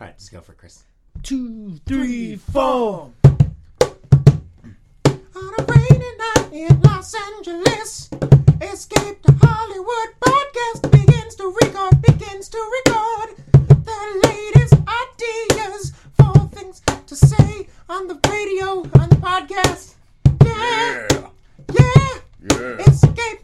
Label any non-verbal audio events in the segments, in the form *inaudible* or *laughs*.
right, just go for it, Chris. Two, three, four. On a rainy night in Los Angeles, Escape to Hollywood podcast begins to record, begins to record the latest ideas for things to say on the radio, on the podcast. Yeah, yeah, yeah. Escape to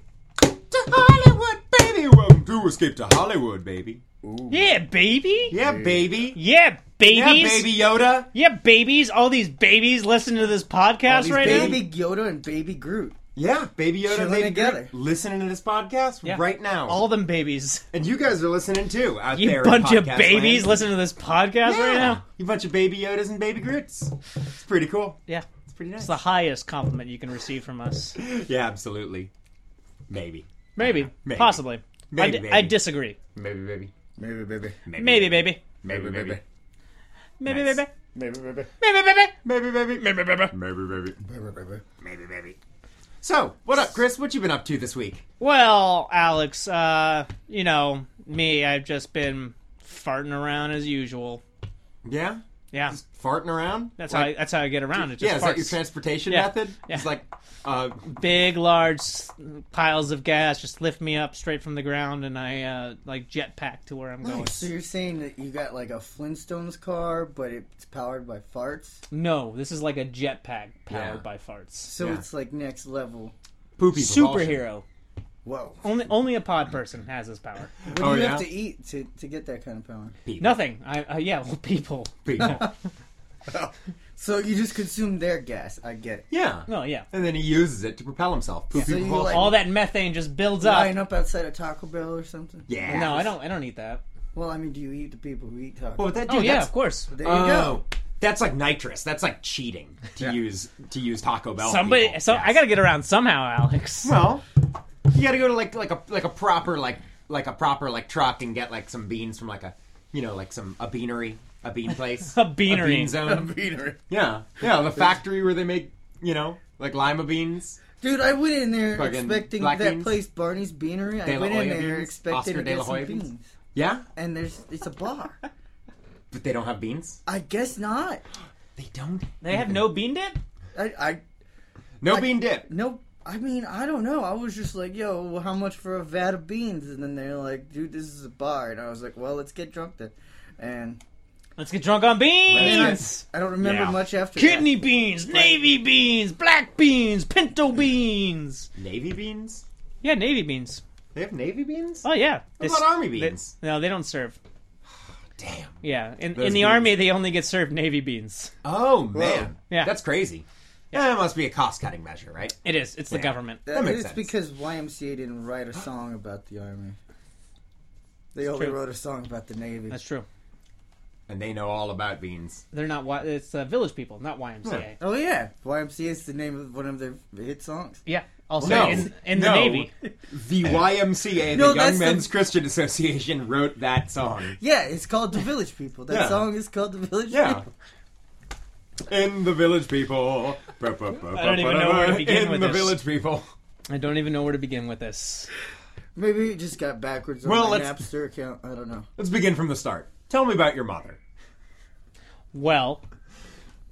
Hollywood, baby. Welcome to Escape to Hollywood, baby. Yeah, baby. Yeah, baby. Yeah, babies. Yeah, baby Yoda. Yeah, babies. All these babies listening to this All podcast these right now. baby- Baby Yoda and Baby Groot. Yeah, baby Yoda. Chilling baby together. Groot, Listening to this podcast Yeah. right now, All them babies. and you guys are listening too out You there. in bunch of podcast babies land. listening to this podcast yeah. right now. You bunch of baby Yodas and baby Groots. It's pretty cool. Yeah. It's pretty nice. It's the highest compliment you can receive *laughs* from us. Yeah, absolutely. Maybe. Maybe. Maybe. Possibly. I, Maybe, di- maybe. I disagree. Maybe, baby. Maybe, baby. Maybe, Maybe, baby. Maybe, baby. Maybe, Nice. baby. Maybe, baby. Maybe, baby. Maybe, baby. Maybe, baby. Maybe, baby. Baby, baby. Maybe, baby. So, what up, Chris? What you been up to this week? Well, Alex, uh, you know, me, I've just been farting around as usual. Yeah, Yeah. farting around. That's Like- how I, that's how I get around. It just yeah, is farts. that your transportation Yeah. method? Yeah. It's like, uh, Big, large s- piles of gas just lift me up straight from the ground, and I uh, like jetpack to where I'm going. So you're saying that you got like a Flintstones car, but it's powered by farts? No, this is like a jetpack Yeah. powered by farts. So Yeah. it's like next level. poopy propulsion. Superhero. Whoa. Only only a pod person has this power. What do Oh, you yeah? have to eat to, to get that kind of power? Nothing. I uh, yeah, well, *laughs* people. People. So you just consume their gas. I get it. yeah. No, yeah. And then he uses it to propel himself. Poopy So you, propulsion. like- All that methane just builds Line up. up outside a Taco Bell or something? yeah. No, I don't. I don't eat that. Well, I mean, do you eat the people who eat Taco Well, that dude. Oh yeah, Um, that's, of course. There you Oh, go. that's like nitrous. That's like cheating to use to use Taco Bell. Somebody. people. So I Yes. gotta get around somehow, Alex. *laughs* Well, you got to go to like like a like a proper like like a proper like truck and get like some beans from like a you know like some a beanery a bean place *laughs* A beanery. a bean *laughs* *laughs* zone yeah yeah the factory where they make you know like lima beans Dude, I went in there Fucking expecting black that beans? place, Barney's Beanery. De I La went in Hoya there beans? expecting Oscar to De La get some Hoya beans? beans. yeah And there's it's a bar. but they don't have beans I guess not. they don't They have no bean dip. I, I no bean dip no. I mean, I don't know. I was just like, yo, well, how much for a vat of beans? And then they're like, dude, this is a bar. And I was like, well, let's get drunk then. And Let's get drunk on beans. I don't remember Yeah. much after Kidney beans, navy beans, black beans, pinto beans. navy beans Yeah, navy beans. they have navy beans Oh yeah. They about s- army they- beans? no, they don't serve. damn Yeah, in, Those in the beans. army they only get served navy beans. oh man Yeah. that's crazy that must be a cost cutting measure right It is. It's the government. that. That makes it's sense. because YMCA didn't write a song about the army. They only true. wrote a song about the navy. That's true. and they know all about beans They're not. Y- It's uh, village people, not YMCA. Oh yeah, YMCA is the name of one of their hit songs. Yeah. Also No, in, in no. the navy. *laughs* The YMCA, No, the Young that's the- Men's Christian Association, wrote that song. Yeah, it's called The Village People. That Yeah. song is called The *laughs* Village Yeah. People. In the village people. I don't even know where to begin In with the this. village people. I don't even know where to begin with this. Maybe it just got backwards on Well, my let's- Napster account. I don't know. Let's begin from the start. Tell me about your mother. Well,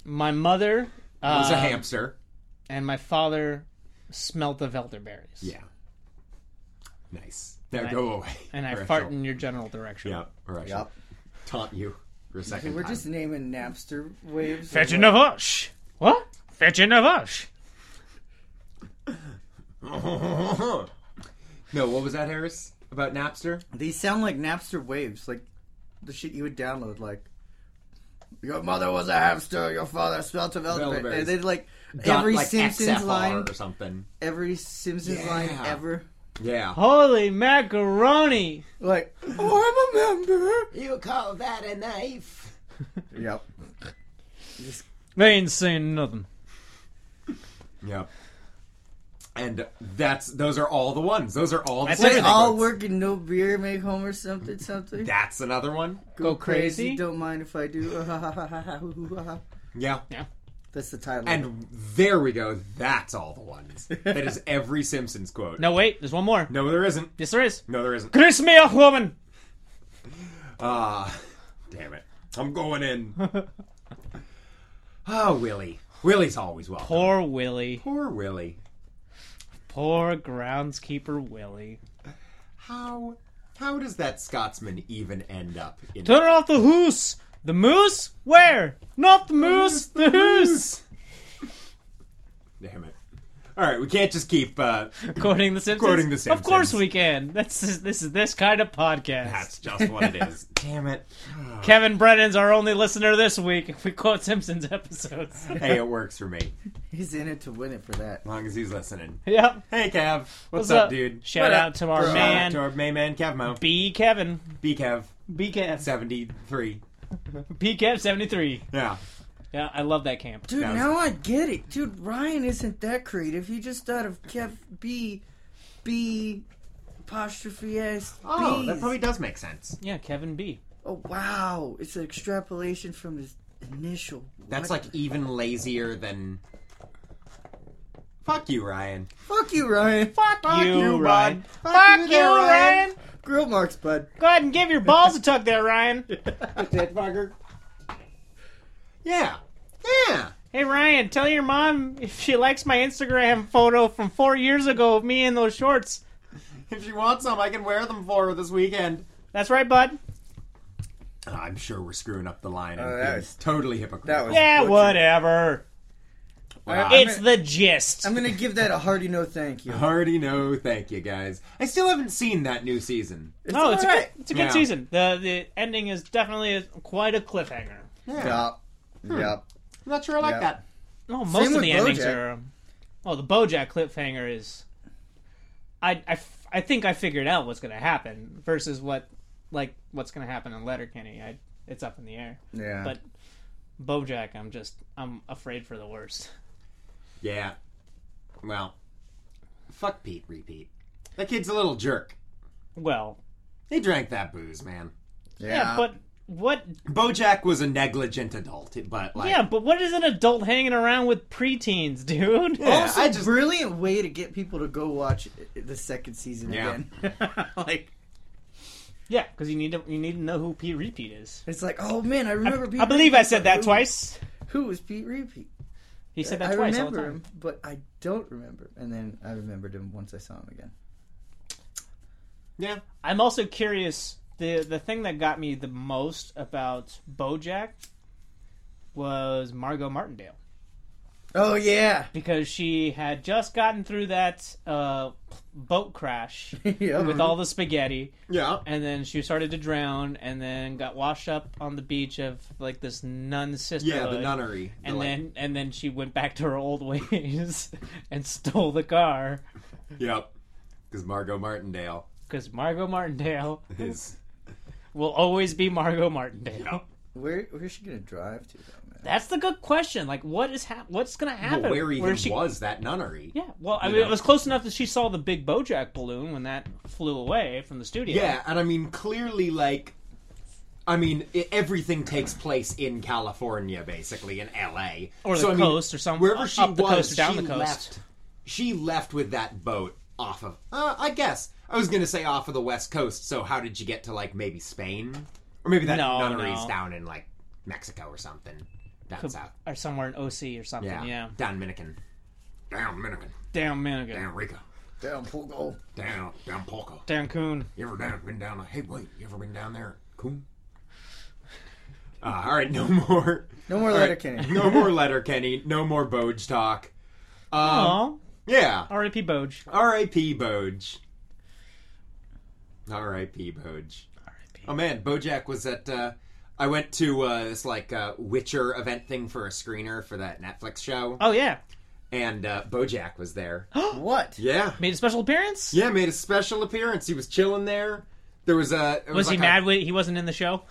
my mother uh, Was a hamster. and my father smelt of elderberries. Yeah. Nice. Now I- go away. And I or fart shall- in your general direction. Yeah. Or I shall taunt you for a second. We're time. just naming Napster waves. Fetching of us. What? Fetching of us. *laughs* no, what was that, Harris? About Napster? These sound like Napster waves, like the shit you would download. Like your mother was a hamster, your father smelled of elderberry. Elderberries. And then like Dot, every like, Simpsons XFR line, or something. every Simpsons Yeah. line ever. Yeah. Holy macaroni. Like oh, I'm a member. You call that a knife? Yep. They ain't saying nothing. Yep. And that's those are all the ones. Those are all the That's same They everything. all ones. work and no beer, make home or something, something. That's another one. Go crazy. Don't mind if I do. *laughs* Yeah. That's the title. And there we go. That's all the ones. That is every Simpsons *laughs* quote. No, wait. There's one more. No, there isn't. Yes, there is. No, there isn't. Kiss me, a woman. Ah, damn it. I'm going in. oh, Willie. Willie's always welcome. Poor Willie. Poor Willie. Poor groundskeeper Willie. How how does that Scotsman even end up in Turn off the hoose. The moose? Where? Not the moose. *laughs* The hoose. Damn it. All right, we can't just keep uh Quoting the Simpsons. Quoting The Of Simpsons. course we can. That's this is this kind of podcast. that's just what it *laughs* is. Ah, Damn it. Kevin Brennan's our only listener this week. If we quote Simpsons *laughs* episodes. Hey, it works for me. He's in it to win it for that. As long as he's listening. yep. Hey, Cav. What's, What's up, up? dude? Shout What out up, to our bro? Shout out man to our main man, Cavmo. B Kevin. B Cav, B Kev. 73. B Kev seventy three. Yeah. Yeah, I love that camp. Dude, That was- now I get it. Dude, Ryan isn't that creative. He just thought of Kev B B apostrophe S. Oh, Bs. that probably does make sense. Yeah, Kevin B. Oh wow. It's an extrapolation from his initial. That's What? like e- even lazier than. Fuck you, Ryan. Fuck you, Ryan. Fuck, you, bud. Ryan. Fuck, Fuck there, you, Ryan. Grill *laughs* marks, bud. Go ahead and give your balls a tug there, Ryan. Yeah. Yeah. Hey, Ryan, tell your mom if she likes my Instagram photo from four years ago of me in those shorts. If you want some, I can wear them for her this weekend. That's right, bud. I'm sure we're screwing up the line. Oh, and that being was- totally hypocritical. that was- Yeah, What's it- whatever. Wow. I- It's the gist. I'm gonna give that a hearty no thank you. Hardy, no, thank you guys. I still haven't seen that new season. No, it's a good, alright. it's a good Yeah. season. The the ending is definitely a, quite a cliffhanger. Yup. Hmm. Yup. I'm not sure I like Yeah. that. No, most of with the endings BoJack. are. um, Oh, the BoJack cliffhanger is. I, I f- I think I figured out what's gonna happen versus what, like what's gonna happen in Letterkenny. I it's up in the air. Yeah. But BoJack, I'm just I'm afraid for the worst. Yeah. Well, fuck Pete Repeat. That kid's a little jerk. Well, He drank that booze, man. yeah, but what? Bojack was a negligent adult, but like, Yeah, but what is an adult hanging around with preteens, dude? Yeah, also, I just- brilliant way to get people to go watch i- the second season Yeah. *laughs* again. like Yeah, because you need to you need to know who Pete Repeat is. it's like, oh man, I remember. Pete I believe I said that Who- twice. Who was Pete Repeat? He said that I twice all the remember time. him, but I don't remember. him. And then I remembered him once I saw him again. yeah, I'm also curious. the The thing that got me the most about BoJack was Margot Martindale Oh yeah, *laughs* because she had just gotten through that uh, boat crash yeah. with all the spaghetti, yeah. and then she started to drown, and then got washed up on the beach of like this nun sisterhood. Yeah, the nunnery. The, And like- then, and then she went back to her old *laughs* ways and stole the car yep, because Margot Martindale because Margot Martindale is will always be Margot Martindale. Yep. Where where's she gonna drive to though, man? That's the good question. Like, what is hap what's going to well, happen? where even she? was that nunnery? Yeah. Well, I You mean, know. it was close enough that she saw the big BoJack balloon when that flew away from the studio. Yeah, and I mean, clearly, like, I mean, i everything takes place in California, basically in L.A. Or the So, I mean, coast, or some wherever she up the was, coast or down she the coast. Left, she left with that boat off of, uh, I guess, I was gonna say off of the west coast. So how did you get to like maybe Spain, or maybe that No, nunnery's no. down in like Mexico or something down Could- south? Or somewhere in OC or something. Yeah, Yeah. down Dominican, down Dominican, Damn Minigan. down Rico, Down Pogo. down down Polco. Damn Coon. You ever down, been down? Hey, wait, you ever been down there? Cool. Uh, all right, no *laughs* more, No more letter, Kenny. no more letter, Kenny. No more Boge talk. Um, Oh, yeah. R.I.P. Boj. R.I.P. Boge. R.I.P. Boge. Oh man, Bojack was at. Uh, I went to uh, this like uh, Witcher event thing for a screener for that Netflix show, Oh yeah, and uh, Bojack was there. *laughs* what? yeah, made a special appearance. yeah, made a special appearance. He was chilling there. There was a. it Was he like a- mad? when he wasn't in the show.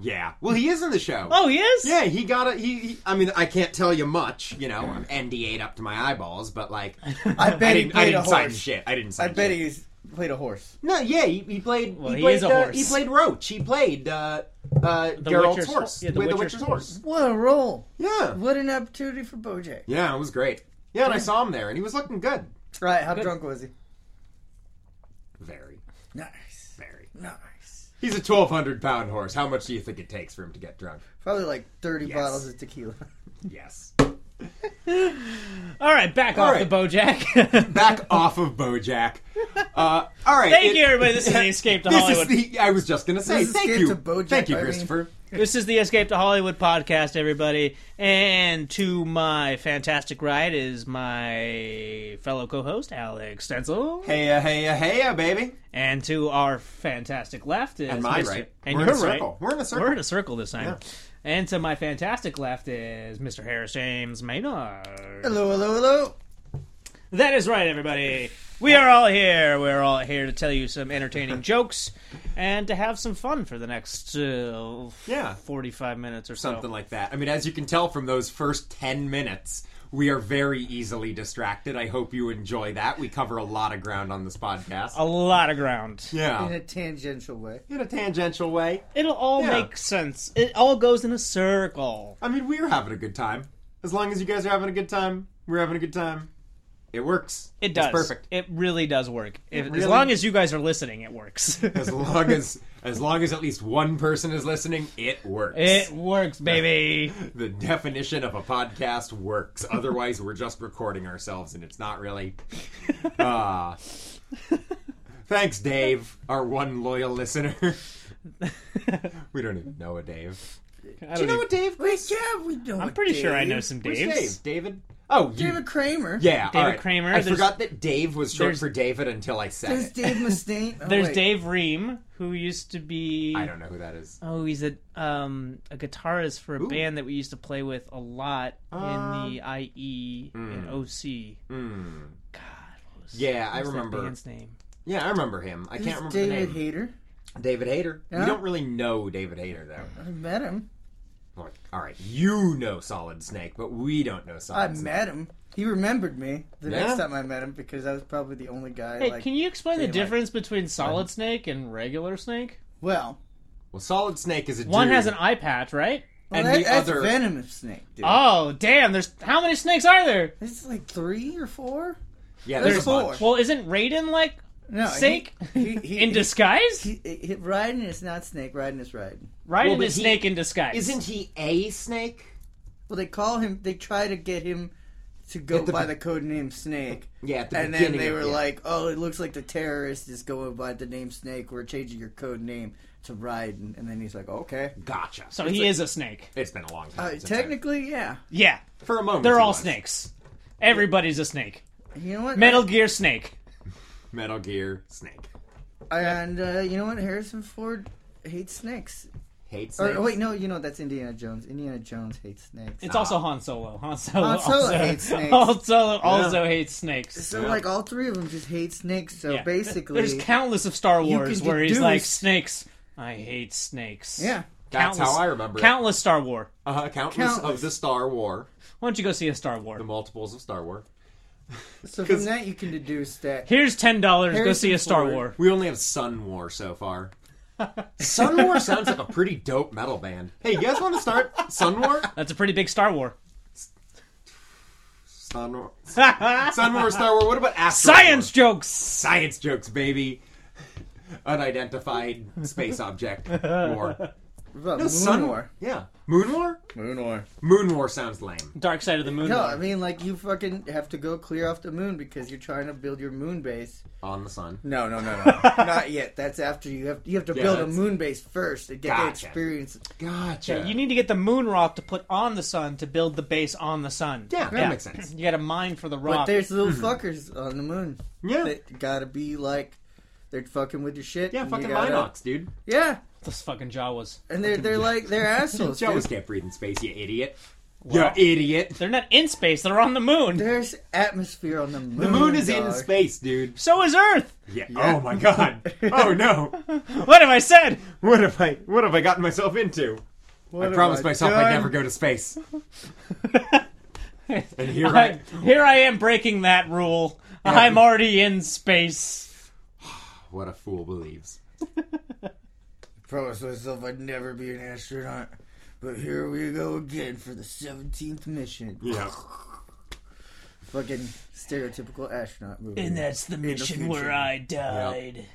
Yeah. Well, he is in the show. Oh, he is. Yeah, he got a he, he. I mean, I can't tell you much. You know, I'm NDA'd up to my eyeballs, but like, *laughs* I bet I he didn't, I played a didn't sign horse. shit. I didn't I sign. bet shit. he's played a horse. No, yeah, he, he played. Well, he, he played, is a uh, horse. he played Roach. He played uh, uh, Geralt's Witcher's- horse. yeah, the with the Witcher's Witcher's horse. What a role. Yeah, What an opportunity for Bojack. yeah, it was great. Yeah, and I saw him there, and he was looking good. Right, how Good. drunk was he? Very, Nice. very. Nice. He's a 1,200 pound horse. How much do you think it takes for him to get drunk? Probably like 30 Yes. bottles of tequila. *laughs* Yes. All right, back off right. the BoJack. *laughs* Back *laughs* off of Bojack. Uh, all right. Thank it- you, everybody. This is the Escape to *laughs* This Hollywood. is the. I was just gonna say. This is Thank Escape you. to Bojack Thank you, Horseman. Christopher. This is the Escape to Hollywood podcast, everybody. And to my fantastic right is my fellow co-host Alex Stencil, Heya, heya, heya, baby. and to our fantastic left is And my Mr. right. And We're in your a right. circle. We're in a circle. We're in a circle this time. Yeah. And to my fantastic left is Mr. Harris James Maynard. Hello, hello, hello. That is right, everybody. We are all here. We're all here to tell you some *laughs* entertaining jokes and to have some fun for the next uh, Yeah. 45 minutes or Something so. like that. I mean, as you can tell from those first ten minutes, we are very easily distracted. I hope you enjoy that. We cover a lot of ground on this podcast. a lot of ground. In Oh, yeah. a tangential way. In a tangential way. It'll all Yeah. make sense. It all goes in a circle. I mean, we're having a good time. As long as you guys are having a good time, we're having a good time. It works. It does. It's perfect. It really does work. If, really- As long as you guys are listening, it *laughs* works. As long as as long as at least one person is listening, it works. *laughs* it works, *laughs* baby. *laughs* the definition of a podcast works. Otherwise, we're just recording ourselves, and it's not *laughs* really. Ah. thanks, Dave, our one loyal listener. we don't even know a Dave. I don't even- a Dave? Wait, yeah, we know. I'm pretty sure I know some Who's Daves. Dave? David? Oh, you- David Kramer. yeah. David all right. Kramer, I there's- forgot that Dave was short there's- for David until I said There's it. Dave Mustaine. Oh, There's wait. Dave Ream, who used to be. I don't know who that is. Oh, he's a um a guitarist for a band that we used to play with a lot in the IE and OC. God, what was, Hmm. Yeah, I what was remember. that band's name? Yeah, I remember him. I can't There's remember the David name. Hayter. David Hayter. We Yeah. don't really know David Hayter though. I met him. Look, all right, you know Solid Snake, but we don't know I Solid Snake. met him. He remembered me the Yeah? next time I met him because I was probably the only guy. Hey, like, can you explain the they like- difference between solid snake and regular snake? well, Well, Solid Snake is a One dude, has an eye patch, right? well, and that- the that's other. venomous snake, dude. Oh, damn! There's how many snakes are there? It's like three or four. yeah, there's there's, a bunch. four. Well, isn't Raiden like No, he- snake *laughs* He, he, in disguise? he, he, he, riding is not snake. Riding is riding. Raiden but is he- snake in disguise. Isn't he a snake? Well, they call him. They try to get him to go At the by be- the code name Snake, Yeah, at the and then beginning they of- were yeah. like, "Oh, it looks like the terrorist is going by the name Snake. We're changing your code name to Raiden." And then he's like, "Okay." Gotcha. So he is a snake. it's been a long Uh, time. since I- technically, yeah. Yeah, for a moment, they're he all was. snakes. Everybody's a snake. You know what? Metal Gear Snake. Metal Gear Snake. And uh, you know what? Harrison Ford hates snakes. Hate snakes. Or Uh, wait, no, you know that's Indiana Jones. Indiana Jones hates snakes. It's also Han Solo. Han Solo, Han Solo also, *laughs* hates snakes. Han Solo also hates snakes. so yeah. like all three of them just hate snakes. So *laughs* Yeah. basically, there's countless of Star can Wars where he's deduce- like snakes. I hate snakes. yeah. That's countless- how I remember it. Countless Star War. Uh, countless, Countless. of the Star War, Why don't you go see a Star War? the multiples of Star War. So from that you can deduce that *laughs* Here's ten dollars. Go Harrison see a Star Ford. War. We only have Sun War so far. *laughs* Sun War sounds like a pretty dope metal band. Hey, you guys want to start Sun War? *laughs* That's a pretty big Star War. *laughs* Sun War. Sun War, Star War. What about Astro War? Science jokes. science jokes, baby. *laughs* Unidentified space object war. well, *laughs* moon Sun war. Yeah. Moon war? Moon war. Moon war sounds lame. Dark Side of the Moon. No, War. I mean like you fucking have to go clear off the moon because you're trying to build your moon base. On the sun. No, no, no, *laughs* no, not yet. That's after you have you have to Yeah, build a that's- moon base first and get the Gotcha. experience. Gotcha. Yeah, you need to get the moon rock to put on the sun to build the base on the sun. Yeah, that makes sense. You got to mine for the But rock. there's *clears throat* little fuckers on the moon Yeah. that gotta be like they're fucking with your shit. yeah, and you fucking gotta- Minox, dude. Yeah, Those fucking Jawas. and they're they're like *laughs* they're assholes. You always dude. can't breathe in space, you idiot. You idiot. They're not in space. They're on the moon. There's atmosphere on the moon. The moon is in dog. space, dude. So is Earth. Yeah. Oh my *laughs* god. Oh no. What have I said? What have I what have I gotten myself into? What I have promised myself I'd done? never go to *laughs* space. and here I, I here I am breaking that rule. I'm already in space. What a fool believes. promised myself I'd never be an astronaut, but here we go again for the seventeenth mission. Yeah. Fucking stereotypical astronaut movie. that's the mission where future. I died. *laughs*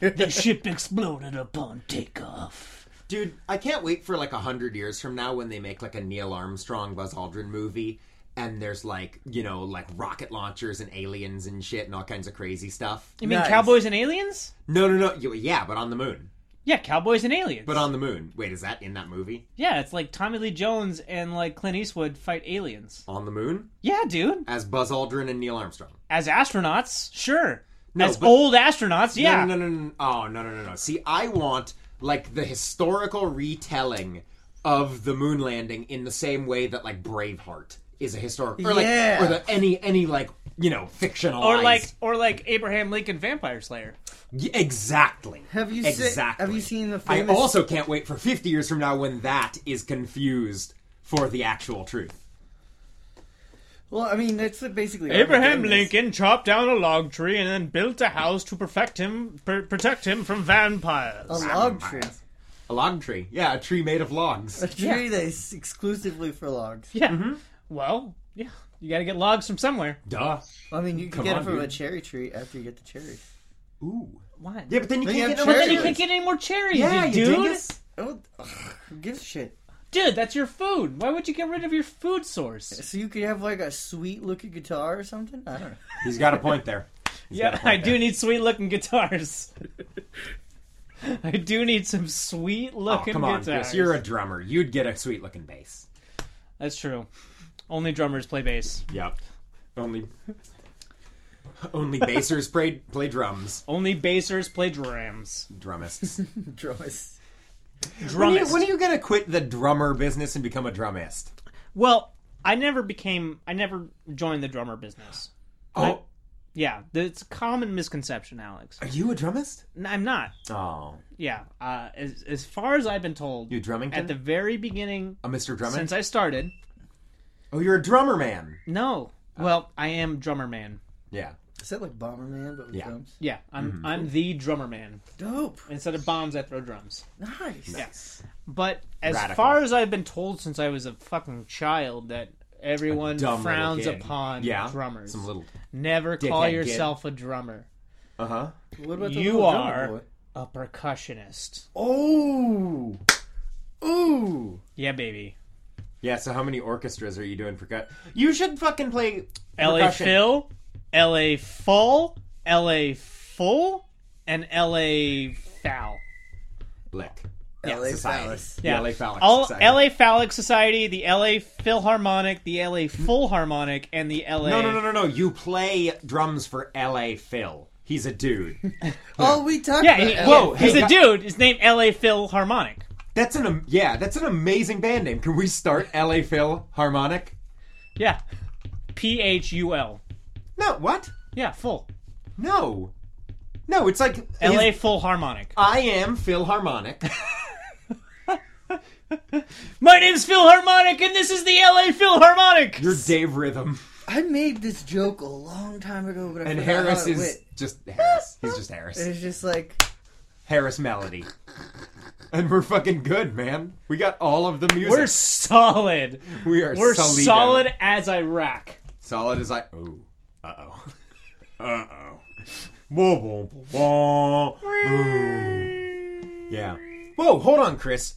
The ship exploded upon takeoff. Dude, I can't wait for like a hundred years from now when they make like a Neil Armstrong Buzz Aldrin movie and there's like, you know, like rocket launchers and aliens and shit and all kinds of crazy stuff. You mean Nice. cowboys and aliens? No, no, no. y- Yeah, but on the moon. Yeah, cowboys and aliens. But uh, on the moon. Wait, is that in that movie? yeah, it's like Tommy Lee Jones and like Clint Eastwood fight aliens. On the moon? Yeah, dude. As Buzz Aldrin and Neil Armstrong. As astronauts, sure. No, As but- old astronauts, yeah. No, no, no, no, no. Oh, no, no, no, no. See, I want like the historical retelling of the moon landing in the same way that like Braveheart is a historical, or like, Yeah. or the any any like you know fictionalized Or like, or like Abraham Lincoln Vampire Slayer. Y- exactly. Have you seen- exactly? have you seen the I famous- also can't wait for fifty years from now when that is confused for the actual truth. Well, I mean, that's what basically what Abraham we're doing is- Lincoln chopped down a log tree and then built a house to perfect him, pr- protect him from vampires. A log tree, A log tree, yeah, a tree made of logs. a tree that is exclusively for logs. yeah. Mm-hmm. Well, yeah. You got to get logs from somewhere. Duh. I mean, you can Come get on, it from dude. a cherry tree after you get the cherries. Oow. Why? Yeah, but then you They can't have get no But then you cherries. can't get any more cherries, Yeah, you you dude. dingus. Oh, ugh, who gives a shit? Dude, that's your food. Why would you get rid of your *laughs* food source? So you could have like a sweet looking guitar or something. I don't know. He's got a point there. He's got Yeah, a point I do need sweet looking guitars. *laughs* I do need some sweet Oh, looking come on, guitars. Chris. You're a drummer. You'd get a sweet looking bass. That's true. Only drummers play bass. Yep. Only. Only bassers play play drums. Only bassers play drums. Drummists. Draws. When are, you, Drummers. when are you gonna quit the drummer business and become a drummist? Well, I never became. I never joined the drummer business. Oh, Yeah, th- it's a common misconception, Alex. are you a drummist? N- I'm not. Oh, Yeah. Uh, as as far as I've been told, you drumming? at the very beginning a Mr. Drummond. since I started, oh, you're a drummer man. no. Oh. Well, I am drummer man. Yeah. Is that like Bomberman but with Yeah. drums? Yeah, I'm Mm-hmm. I'm the drummer man. Dope. Instead of bombs, I throw drums. Nice. Yes. But as Radical. far as I've been told since I was a fucking child that everyone Dumb little frowns kid. upon yeah. drummers. Some little. Never call dickhead kid. yourself a drummer. Uh huh. What about the You little drummer are- boy? A percussionist. Oh. Ooh. Yeah, baby. Yeah. So how many orchestras are you doing for cut? You should fucking play. LA percussion. Phil, LA Full, LA Full, and LA Foul. Lick. Yeah, LA Society. Palace. The Yeah. LA Phallic All Society. LA Phallic Society, the LA Philharmonic, the LA Full Harmonic, and the LA. No, no, no, no, no. You play drums for L.A. Phil. He's a *laughs* dude. *laughs* Oh, we talked Yeah, about he, LA. whoa, he's hey, gu- a dude. His name LA Phil Harmonic. That's an am- yeah. That's an amazing band name. Can we start L.A. Phil harmonic? Yeah. P H U L. No. What? Yeah, full. No. No. It's like LA his- Full Harmonic. I am Phil harmonic. My name's Phil Harmonic, and this is the LA Phil Harmonic. You're Dave Rhythm, I made this joke a long time ago, but I and forgot Harris how is it went. just Harris. He's just Harris. It's just like Harris Melody. And we're fucking good, man. We got all of the music. We're solid. we are We're Salido. solid as Iraq. Solid as I. Oh. Uh oh. Uh oh. Whoa, whoa, whoa, whoa. Yeah. Whoa, hold on, Chris.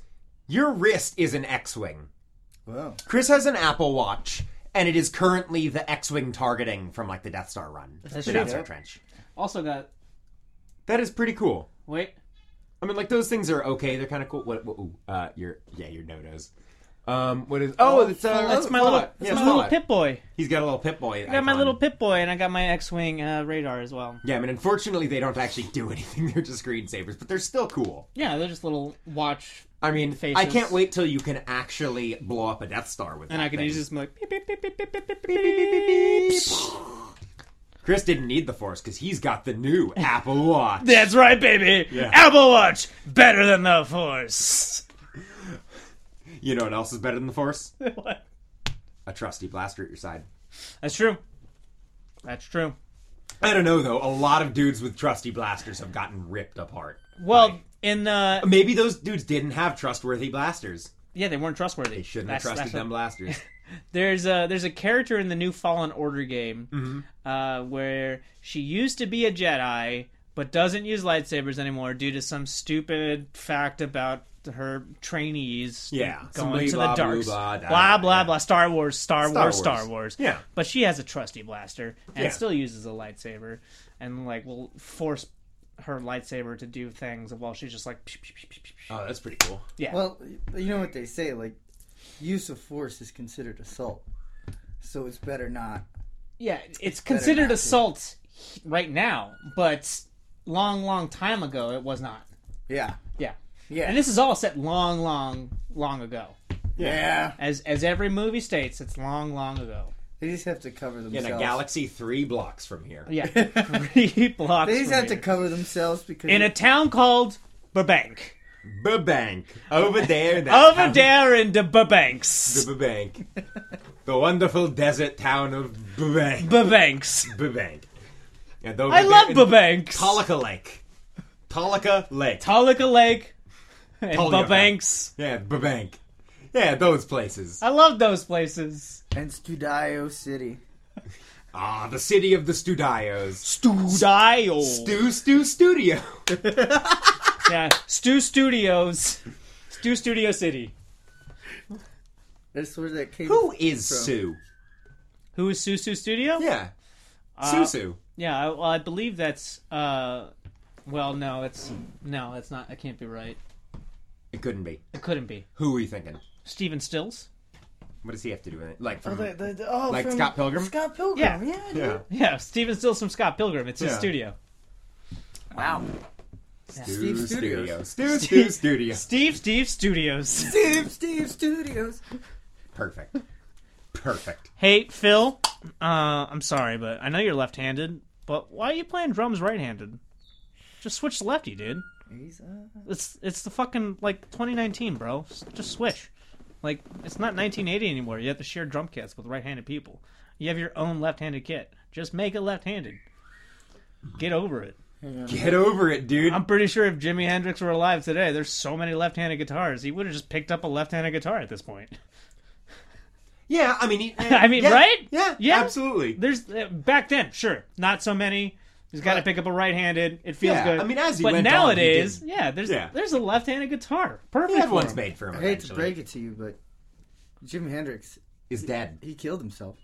Your wrist is an X Wing. wow. Chris has an Apple Watch, and it is currently the X Wing targeting from like the Death Star run. That's the true. Death Star Trench. Also got That is pretty cool. wait. I mean, like those things are okay. They're kind of cool. What? what ooh, uh, your yeah, your no nos. Um, what is? Oh, it's uh, That's my little, Fallout. that's Yeah, my little Fallout. Pip Boy. He's got a little pip boy. I got my little Pip Boy, and I got my X-wing uh, radar as well. Yeah, I mean, unfortunately, they don't actually do *laughs* anything. They're just screensavers, but they're still cool. Yeah, they're just little watch, I mean, I Faces. can't wait till you can actually blow up a Death Star with. and that I can thing. use this I'm like. Beep, beep, beep, beep, beep, beep, beep, beep, beep. Chris didn't need the Force because he's got the *laughs* new Apple Watch. That's right, baby. Yeah. Apple Watch better than the Force. You know what else is better than the Force? *laughs* What? A trusty blaster at your side. That's true. That's true. I don't know though. A lot of dudes with trusty blasters have gotten ripped apart. Well, in uh, Maybe those dudes didn't have trustworthy blasters. yeah, they weren't trustworthy. They shouldn't That's- have trusted that's what- them *laughs* blasters. There's a there's a character Mm-hmm. in the new Fallen Order game uh, where she used to be a Jedi, but doesn't use lightsabers anymore due to some stupid fact about her trainees Yeah, some going to the blah, blah, blah, dark blah da, blah da, blah, yeah. Star Wars Star, Star Wars, Wars. Star Wars Yeah. but she has a trusty blaster and Yeah. still uses a lightsaber and like will force her lightsaber to do things while she's just like "Pew, pew, pew, pew, pew, pew." Oh, that's pretty cool. yeah Well, you know what they say, like use of force is considered assault. So it's better not. yeah it's not considered to. assault right now but long long time ago it was not Yeah. yeah Yeah. and this is all set long long long ago yeah. as as every movie states it's long long ago They just have to cover In themselves. a galaxy three blocks from here. *laughs* yeah three blocks They just from have to here. cover themselves because in a town called Babank Babank. Over there. that over town- there in the Babanks The Babank. the wonderful desert town of Babank. Babanks Babank. And I love Babanks Tollica Lake. Tollica Lake. Tollica Lake and Tolliver. Babanks. yeah, Babank. Yeah, those places. I love those places. and Studio City. Ah, the city of the Studios. Studio. Stu Stu Studio. yeah. Stu Studios. Stu Studio City. That's where that came. Who is True. Sue? Who is Susu Studio? Uh, Yeah. Susu. Yeah, I, well, I believe that's. uh Well, no, it's. No, it's not. It can't be right. It couldn't be. It couldn't be. Who are we thinking? Steven Stills? *laughs* What does he have to do with it? Like Oh, from the, the, the, oh Like from Scott Pilgrim? Scott Pilgrim. Yeah. dude. Yeah. Yeah, Steven Stills from Scott Pilgrim. It's his Yeah. studio. Wow. Steve Stu Studio. Studios. Stu Stu Studio. Steve Steve Studios. *laughs* Steve Steve Studios. Perfect. Perfect. hey, Phil. Uh, I'm sorry, but I know you're left handed, but why are you playing drums right handed? Just switch to lefty, dude. He's, uh, It's it's the fucking like 2019, bro. S- Just switch. Like it's not 1980 anymore. You have to share drum kits with right-handed people. You have your own left-handed kit. Just make it left-handed. Get over it. Get over it, dude. I'm pretty sure if Jimi Hendrix were alive today, there's so many left-handed guitars. He would have just picked up a left-handed guitar at this point. Yeah, I mean, he, *laughs* I mean, yeah, right? Yeah, Yeah. absolutely. There's uh, back then, sure, not so many. He's got to Right. pick up a right-handed. It feels Yeah, good. I mean, as he but went on, he nowadays, did- yeah, there's Yeah. there's a left-handed guitar. Perfect. Yeah, for Everyone's him. made for him. I hate to eventually. break it to you, but Jimi Hendrix Is dead. he killed himself.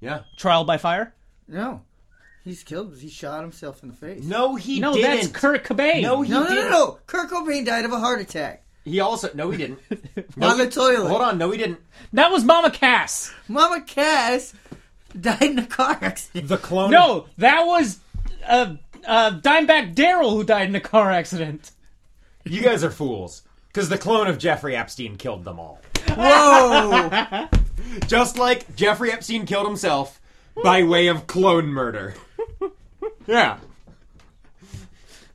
Yeah. Trial by fire. No, he's killed. He shot himself in the face. No, he No, didn't. that's Kurt Cobain. No, he no, no, didn't. no, no. Kurt Cobain died of a heart attack He also no, he didn't. No, on he- the toilet. Hold on, no, he didn't. That was Mama Cass. Mama Cass died in a car accident. The clone. No, that was uh, uh, Dimeback Daryl who died in a car accident. you guys are fools. Because the clone of Jeffrey Epstein killed them all. *laughs* Whoa! Just like Jeffrey Epstein killed himself by way of clone murder. *laughs* Yeah.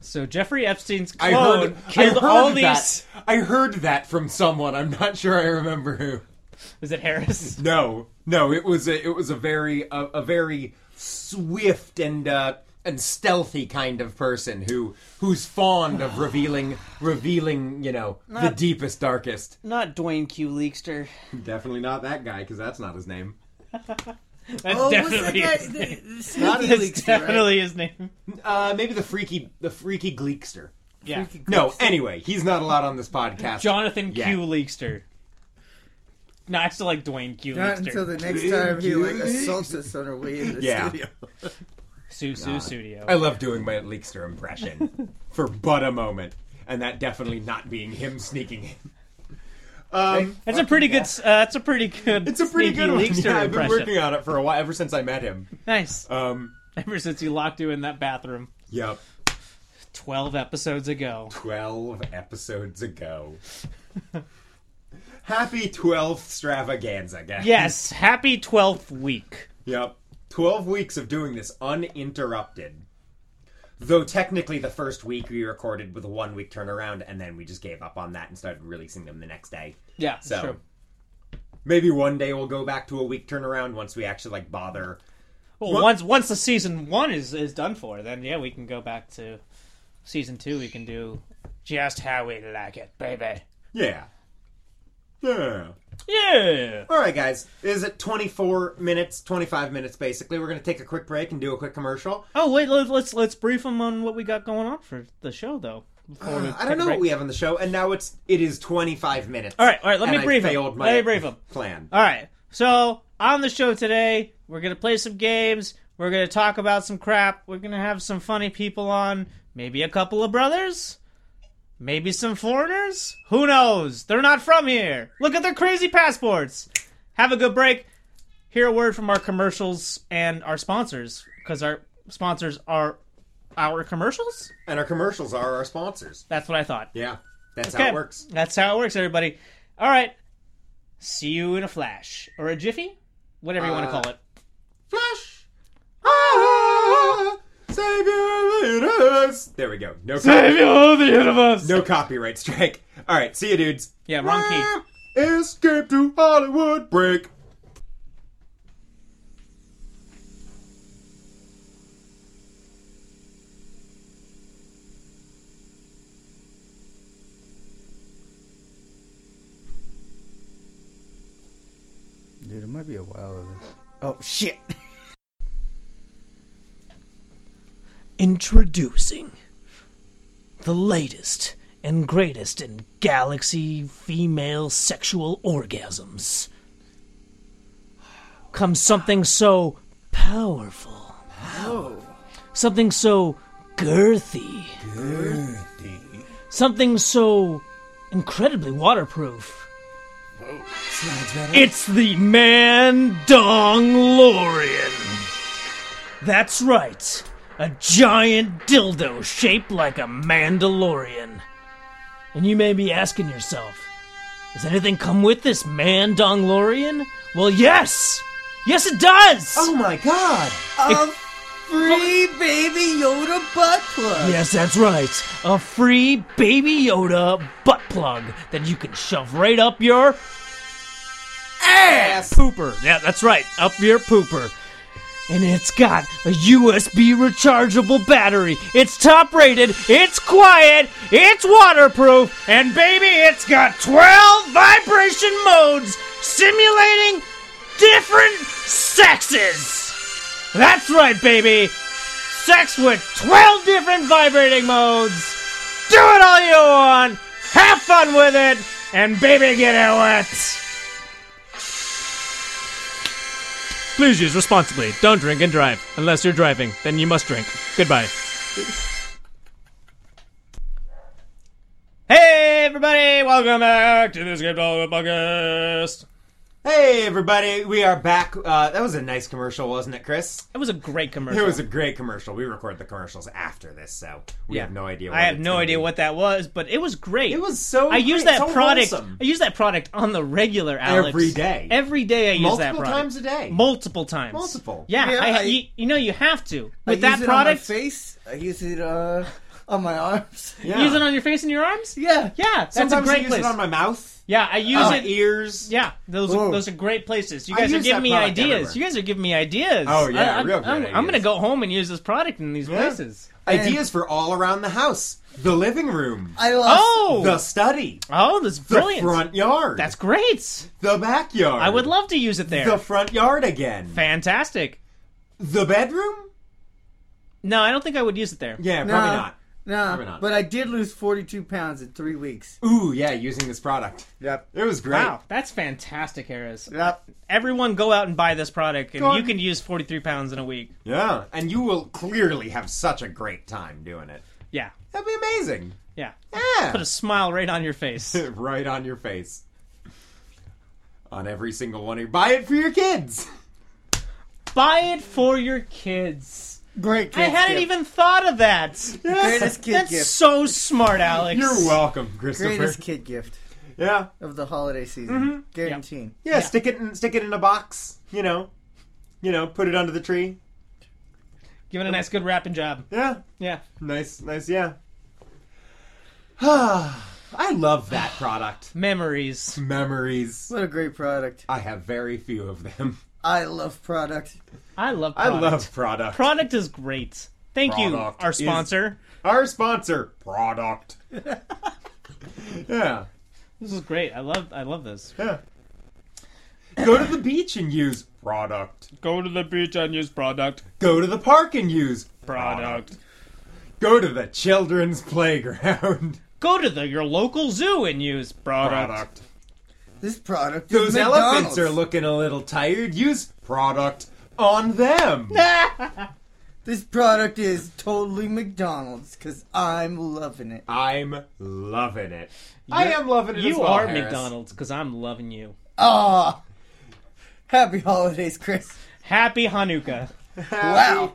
So Jeffrey Epstein's I clone heard, killed I heard all that. these. I heard that from someone. I'm not sure I remember who. Is it Harris? No, no, it was a it was a very a, a very swift and uh, and stealthy kind of person who who's fond *sighs* of revealing revealing you know the deepest darkest. Not Dwayne Q. Leakster. Definitely not that guy because that's not his name. That's Oh, what's that definitely. guy? His name. The, the Not sneaky his leaks, That's right? definitely his name. Uh, maybe the freaky the freaky gleekster. Yeah. Freaky No, Christ. anyway, he's not allowed on this podcast. Jonathan Yeah. Q. Leakster. No, I still like Dwayne Q. Not Leakster. until the next time he like assaults us on our way into the Yeah. studio. Sue Sue Studio. I love doing my leekster *laughs* impression for but a moment, and that definitely not being him sneaking in. Um, That's a pretty good. Uh, that's a pretty good. it's a pretty sneaky good one. Leakster Yeah, I've been impression. working on it for a while, ever since I met him. Nice. Um, Ever since you locked you in that bathroom yep. 12 episodes ago. 12 episodes *laughs* ago. Happy 12th stravaganza, guys. Yes, happy 12th week. Yep. 12 weeks of doing this uninterrupted. Though technically, the first week we recorded with a one week turnaround, and then we just gave up on that and started releasing them the next day. Yeah, So true. maybe one day we'll go back to a week turnaround once we actually like bother. Well, Well- once once the season 1 is is done for, then yeah, we can go back to season 2. We can do just how we like it, baby. Yeah. Yeah. Yeah. All right, guys. This is it 24 minutes, 25 minutes basically. We're going to take a quick break and do a quick commercial. Oh wait, let, let's let's brief them on what we got going on for the show though. before we Uh, I take a don't know break. what we have on the show, and now it's it is 25 minutes. All right, all right. Let and me I brief failed him. my Let me brief him. plan. All right. So on the show today, we're gonna play some games. We're gonna talk about some crap. We're gonna have some funny people on. Maybe a couple of brothers. Maybe some foreigners. Who knows? They're not from here. Look at their crazy passports. Have a good break. Hear a word from our commercials and our sponsors, because our sponsors are our commercials. And our commercials are our sponsors. That's what I thought. Yeah, that's how Okay. it works. That's how it works, everybody. All right. See you in a flash or a jiffy, whatever you want to Uh, call it. Flash! Ah, savior of the universe! There we go. No, copy, the universe. no copyright strike. All right, see you, dudes. Ah, Yeah, wrong key. Escape to Hollywood break. Dude, it might be a while of this. Oh shit! Introducing the latest and greatest in galaxy female sexual orgasms. Comes something so powerful, Oh, something so girthy, something so incredibly waterproof. It's the Man Dong Lorian. That's right. A giant dildo shaped like a Mandalorian. And you may be asking yourself, does anything come with this Man Dong Lorian? Well, yes! Yes, it does! Oh my god! a free baby Yoda butt plug. Yes, that's right. A free Baby Yoda butt plug that you can shove right up your Ass! pooper. Yeah, that's right, up your pooper. And it's got a USB rechargeable battery. It's top rated, it's quiet, it's waterproof, and baby, it's got 12 vibration modes simulating different sexes. That's right, baby. Sex with 12 different vibrating modes. Do it all you want, have fun with it, and baby, get it wet. Please use responsibly. Don't drink and drive. Unless you're driving, then you must drink. Goodbye. Hey everybody, welcome back to the Escape Dog Podcast. Hey everybody, we are back. Uh, that was a nice commercial, wasn't it, Chris? That was a great commercial. It was a great commercial. We record the commercials after this, so we have no idea. What I have it's no gonna idea be. what that was, but it was great. It was so. I use great, that so product. wholesome. I use that product on the regular, Alex. Every day. Every day I use that multiple product. times a day. Multiple times. Multiple. Yeah, Yeah, I, I- you, you know you have to with I that use it on my product. face. I use it uh, on my arms. *laughs* yeah. Use it on your face and your arms. Yeah. Yeah, that's Sometimes a great I use place. it on my Oh, mouth, Yeah, I use on my it. ears. Yeah, those Whoa. are, those are great places. You I guys are use giving that me product ideas. everywhere. You guys are giving me ideas. Oh, yeah, I, I, real I'm, good I'm, ideas. gonna go home and use this product in these places. Ideas for all around the house, the living room, I lost. Oh, the study, oh, that's the brilliant. front yard, That's great. the backyard. I would love to use it there. the front yard again. Fantastic. the bedroom? No, I don't think I would use it there. Yeah, No, probably not. Probably No, not. but I did lose 42 pounds in three weeks. Ooh, yeah, using this product. Yep. It was great. Wow, that's fantastic, Harris. Yep. Everyone, go out and buy this product, and Go you on. can use forty-three pounds in a week. Yeah, and you will clearly have such a great time doing it. Yeah, That'd be amazing. yeah. Put Yeah. a smile right on *laughs* your face. right on your face. On every single one of your. Buy it for your kids! buy it for your kids. Great. I kid hadn't gift. even thought of that. Greatest kid That's gift. so smart, Alex. You're welcome, Christopher. Greatest kid gift Yeah. of the holiday season. Mm-hmm. Guaranteed. yeah, Stick it in, stick it in a box. You know, you know, put it under the tree. Give it a nice, good wrapping job. Yeah, Yeah. nice, nice. Yeah. *sighs* I love that product. Memories. Memories. What a great product. I have very few of them. I love product. I love I product. love product. Product is great. Thank Product you, our is- sponsor. Our sponsor, product. *laughs* yeah, This is great. I love I love this. yeah. Go to the beach and use product. Go to the beach and use product. Go to the park and use Product. Go to the children's playground. *laughs* Go to the your local zoo and use product. Product. This product. Those is elephants McDonald's. are looking a little tired. Use product on them. *laughs* This product is totally McDonald's because I'm loving it. I'm loving it. I am loving it. as You well, are Harris. McDonald's because I'm loving you. Ah, happy holidays, Chris. Happy Hanukkah. *laughs* Wow,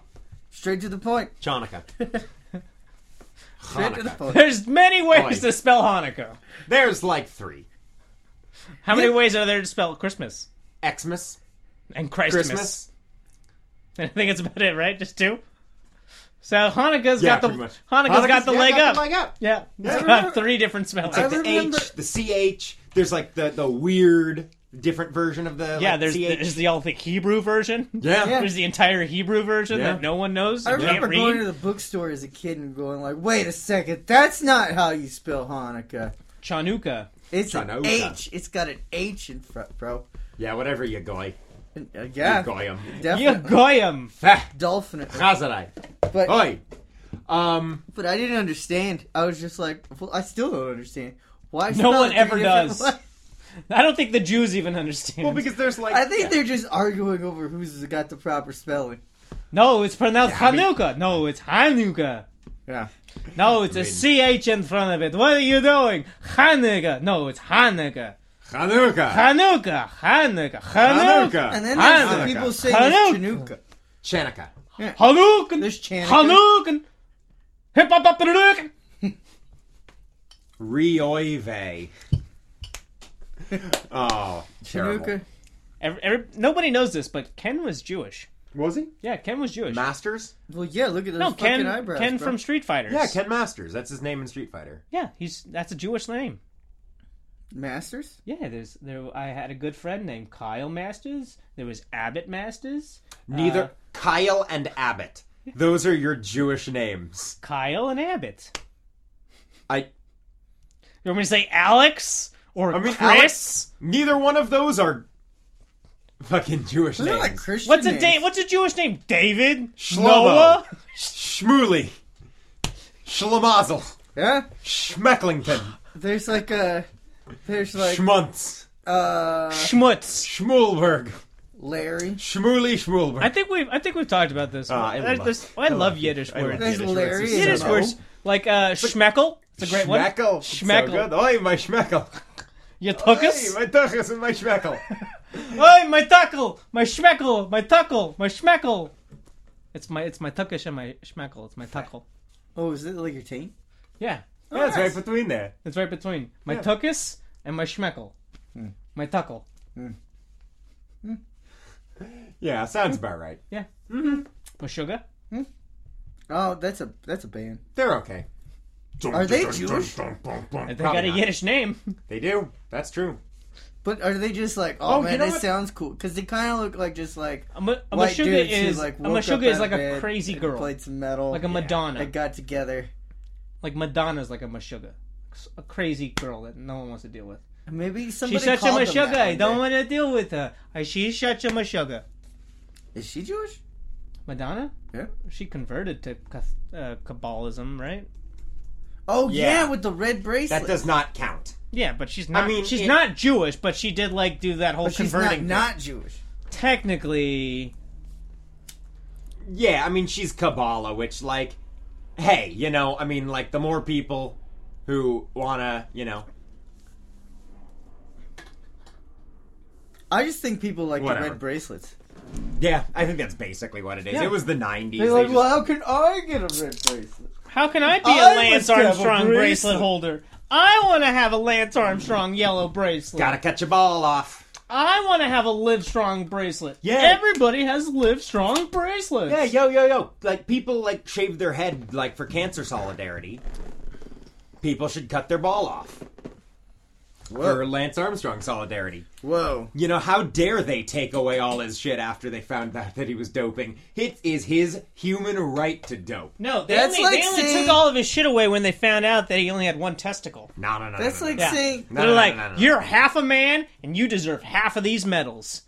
straight to the point. Chanukah. Straight to the point. There's many ways Oi. to spell Hanukkah. There's like three. How many ways are there to spell Christmas Xmas, and Christmas? Christmas. *laughs* I think it's about it, right? Just two. So Hanukkah's Yeah, got the pretty much. Hanukkah's, got the yeah, leg up. leg up. Yeah, it's I got remember- three different spellings. I The remember- H, the CH. There's like the the weird different version of the yeah, like, there's, CH. there's the all the Hebrew version. *laughs* yeah. Yeah. There's the entire Hebrew version Yeah. that no one knows. I and can't remember read. going to the bookstore as a kid and going like, "Wait a second, that's not how you spell Hanukkah. *laughs* Chanukah. It's an Chanukah. H. It's got an H in front, bro. Yeah, whatever you goy. Uh, Yeah. yeah, You goyim. definitely, You goyim. Fah, dolphin. Chazarai. But Oi. Um, but I didn't understand. I was just like, well, I still don't understand. Why? No spell one it three ever different does. ways? I don't think the Jews even understand. well, because there's like I think yeah. they're just arguing over who's got the proper spelling. no, it's pronounced Yeah, I mean- Hanukkah. No, it's Hanukkah. Yeah. No, it's I a ch in front of it. What are you doing? Hanukkah. No, it's Hanukkah. Chanukah, Hanukkah. Hanukkah. Hanukkah. Chanukah, And then there's Hanukkah. people saying it's Hanukkah. Chanukah. Chanukah. There's Hanukkah. Chanukah. Hanukkah. Hip hop up Hanukkah. Rioive. *laughs* Oh, terrible. Chanukah. Every, every, nobody knows this, but Ken was Jewish. Was he Yeah, Ken was Jewish. Masters? Well, yeah, look at those no, fucking Ken. eyebrows. Ken bro. from Street Fighters. Yeah, Ken Masters. That's his name in Street Fighter. Yeah, he's that's a Jewish name. Masters? Yeah, there's there. I had a good friend named Kyle Masters. There was Abbott Masters. Neither Uh, Kyle and Abbott. Those are your Jewish names. Kyle and Abbott. I You want me to say Alex or I mean, Chris? Alex- neither one of those are fucking Jewish Those are names. like Christian What's a names. da- What's a Jewish name? David. Shlomo. Noah. Shmooly. Shlamazel. Yeah? Schmecklington. There's like a... There's like, Schmuntz. uh, Schmutz. Schmulberg. Larry. Schmooly I Schmulberg. think we've I think we've talked about this. Ah, one. I There's- love- there's- Uh, I love Yiddish I love words. There's Yiddish words. Larry It's Yiddish so words like uh, Schmeckel. It's a great one. Schmeckel. Schmeckel. So good. Oi, my Schmeckel. You took Hey, us. my tuchus and my Schmeckel. Oi, my tuckle, my schmeckle, my tuckle, my schmeckle. It's my it's my tuckish and my schmeckle. It's my tuckle. Oh, is it like your team? Yeah, Yeah, it's right between there. it's right between my Yeah. tuckus and my schmeckle. My tuckle. Yeah, sounds about right. Mm-hmm. My sugar. Oh, that's a that's a band. They're okay. Are they Jewish? They Probably got a not. Yiddish name. *laughs* They do. That's true. But are they just like, oh, Oh, man, you know this what? sounds cool? Because they kind of look like just like A ma- a white Meshuggah dudes who is like a woke up Meshuggah is out of like a bed crazy and girl, played some metal, like a Madonna. that got together. Like Madonna's like a Meshuggah, a crazy girl that no one wants to deal with. Maybe somebody She's such a called them that Meshuggah. I one don't day. want to deal with her. I- She's such a Meshuggah. Is she Jewish? Madonna. Yeah. She converted to Cath- uh, Kabbalism, right? Oh yeah, Yeah. with the red bracelet. That does not count. Yeah, but she's not. mean, she's it- not Jewish, but she did like do that whole But she's converting. not, thing. not Jewish. technically, Yeah, I mean, she's Kabbalah, which, like, hey, you know, I mean, like, the more people who wanna, you know, I just think people like the Whatever. red bracelets. yeah, I think that's basically what it is. Yeah. It was the 90s. They're They like, just- well, how can I get a red bracelet? how can I be a I Lance must have a Armstrong bracelet. bracelet holder? I want to have a Lance Armstrong yellow bracelet. gotta catch a ball off. I want to have a Live Strong bracelet. Yeah. everybody has Live Strong bracelets. Yeah, yo, yo, yo. Like, people, like, shave their head, like, for cancer solidarity. People should cut their ball off. for Lance Armstrong solidarity. Whoa. You know, how dare they take away all his shit after they found out that he was doping? It is his human right to dope. No, they That's only, like they only saying- took all of his shit away when they found out that he only had one testicle. No, no, no. That's no, no, like no. Yeah. saying. No, They're no, no, like, no, no, no. you're half a man, and you deserve half of these medals.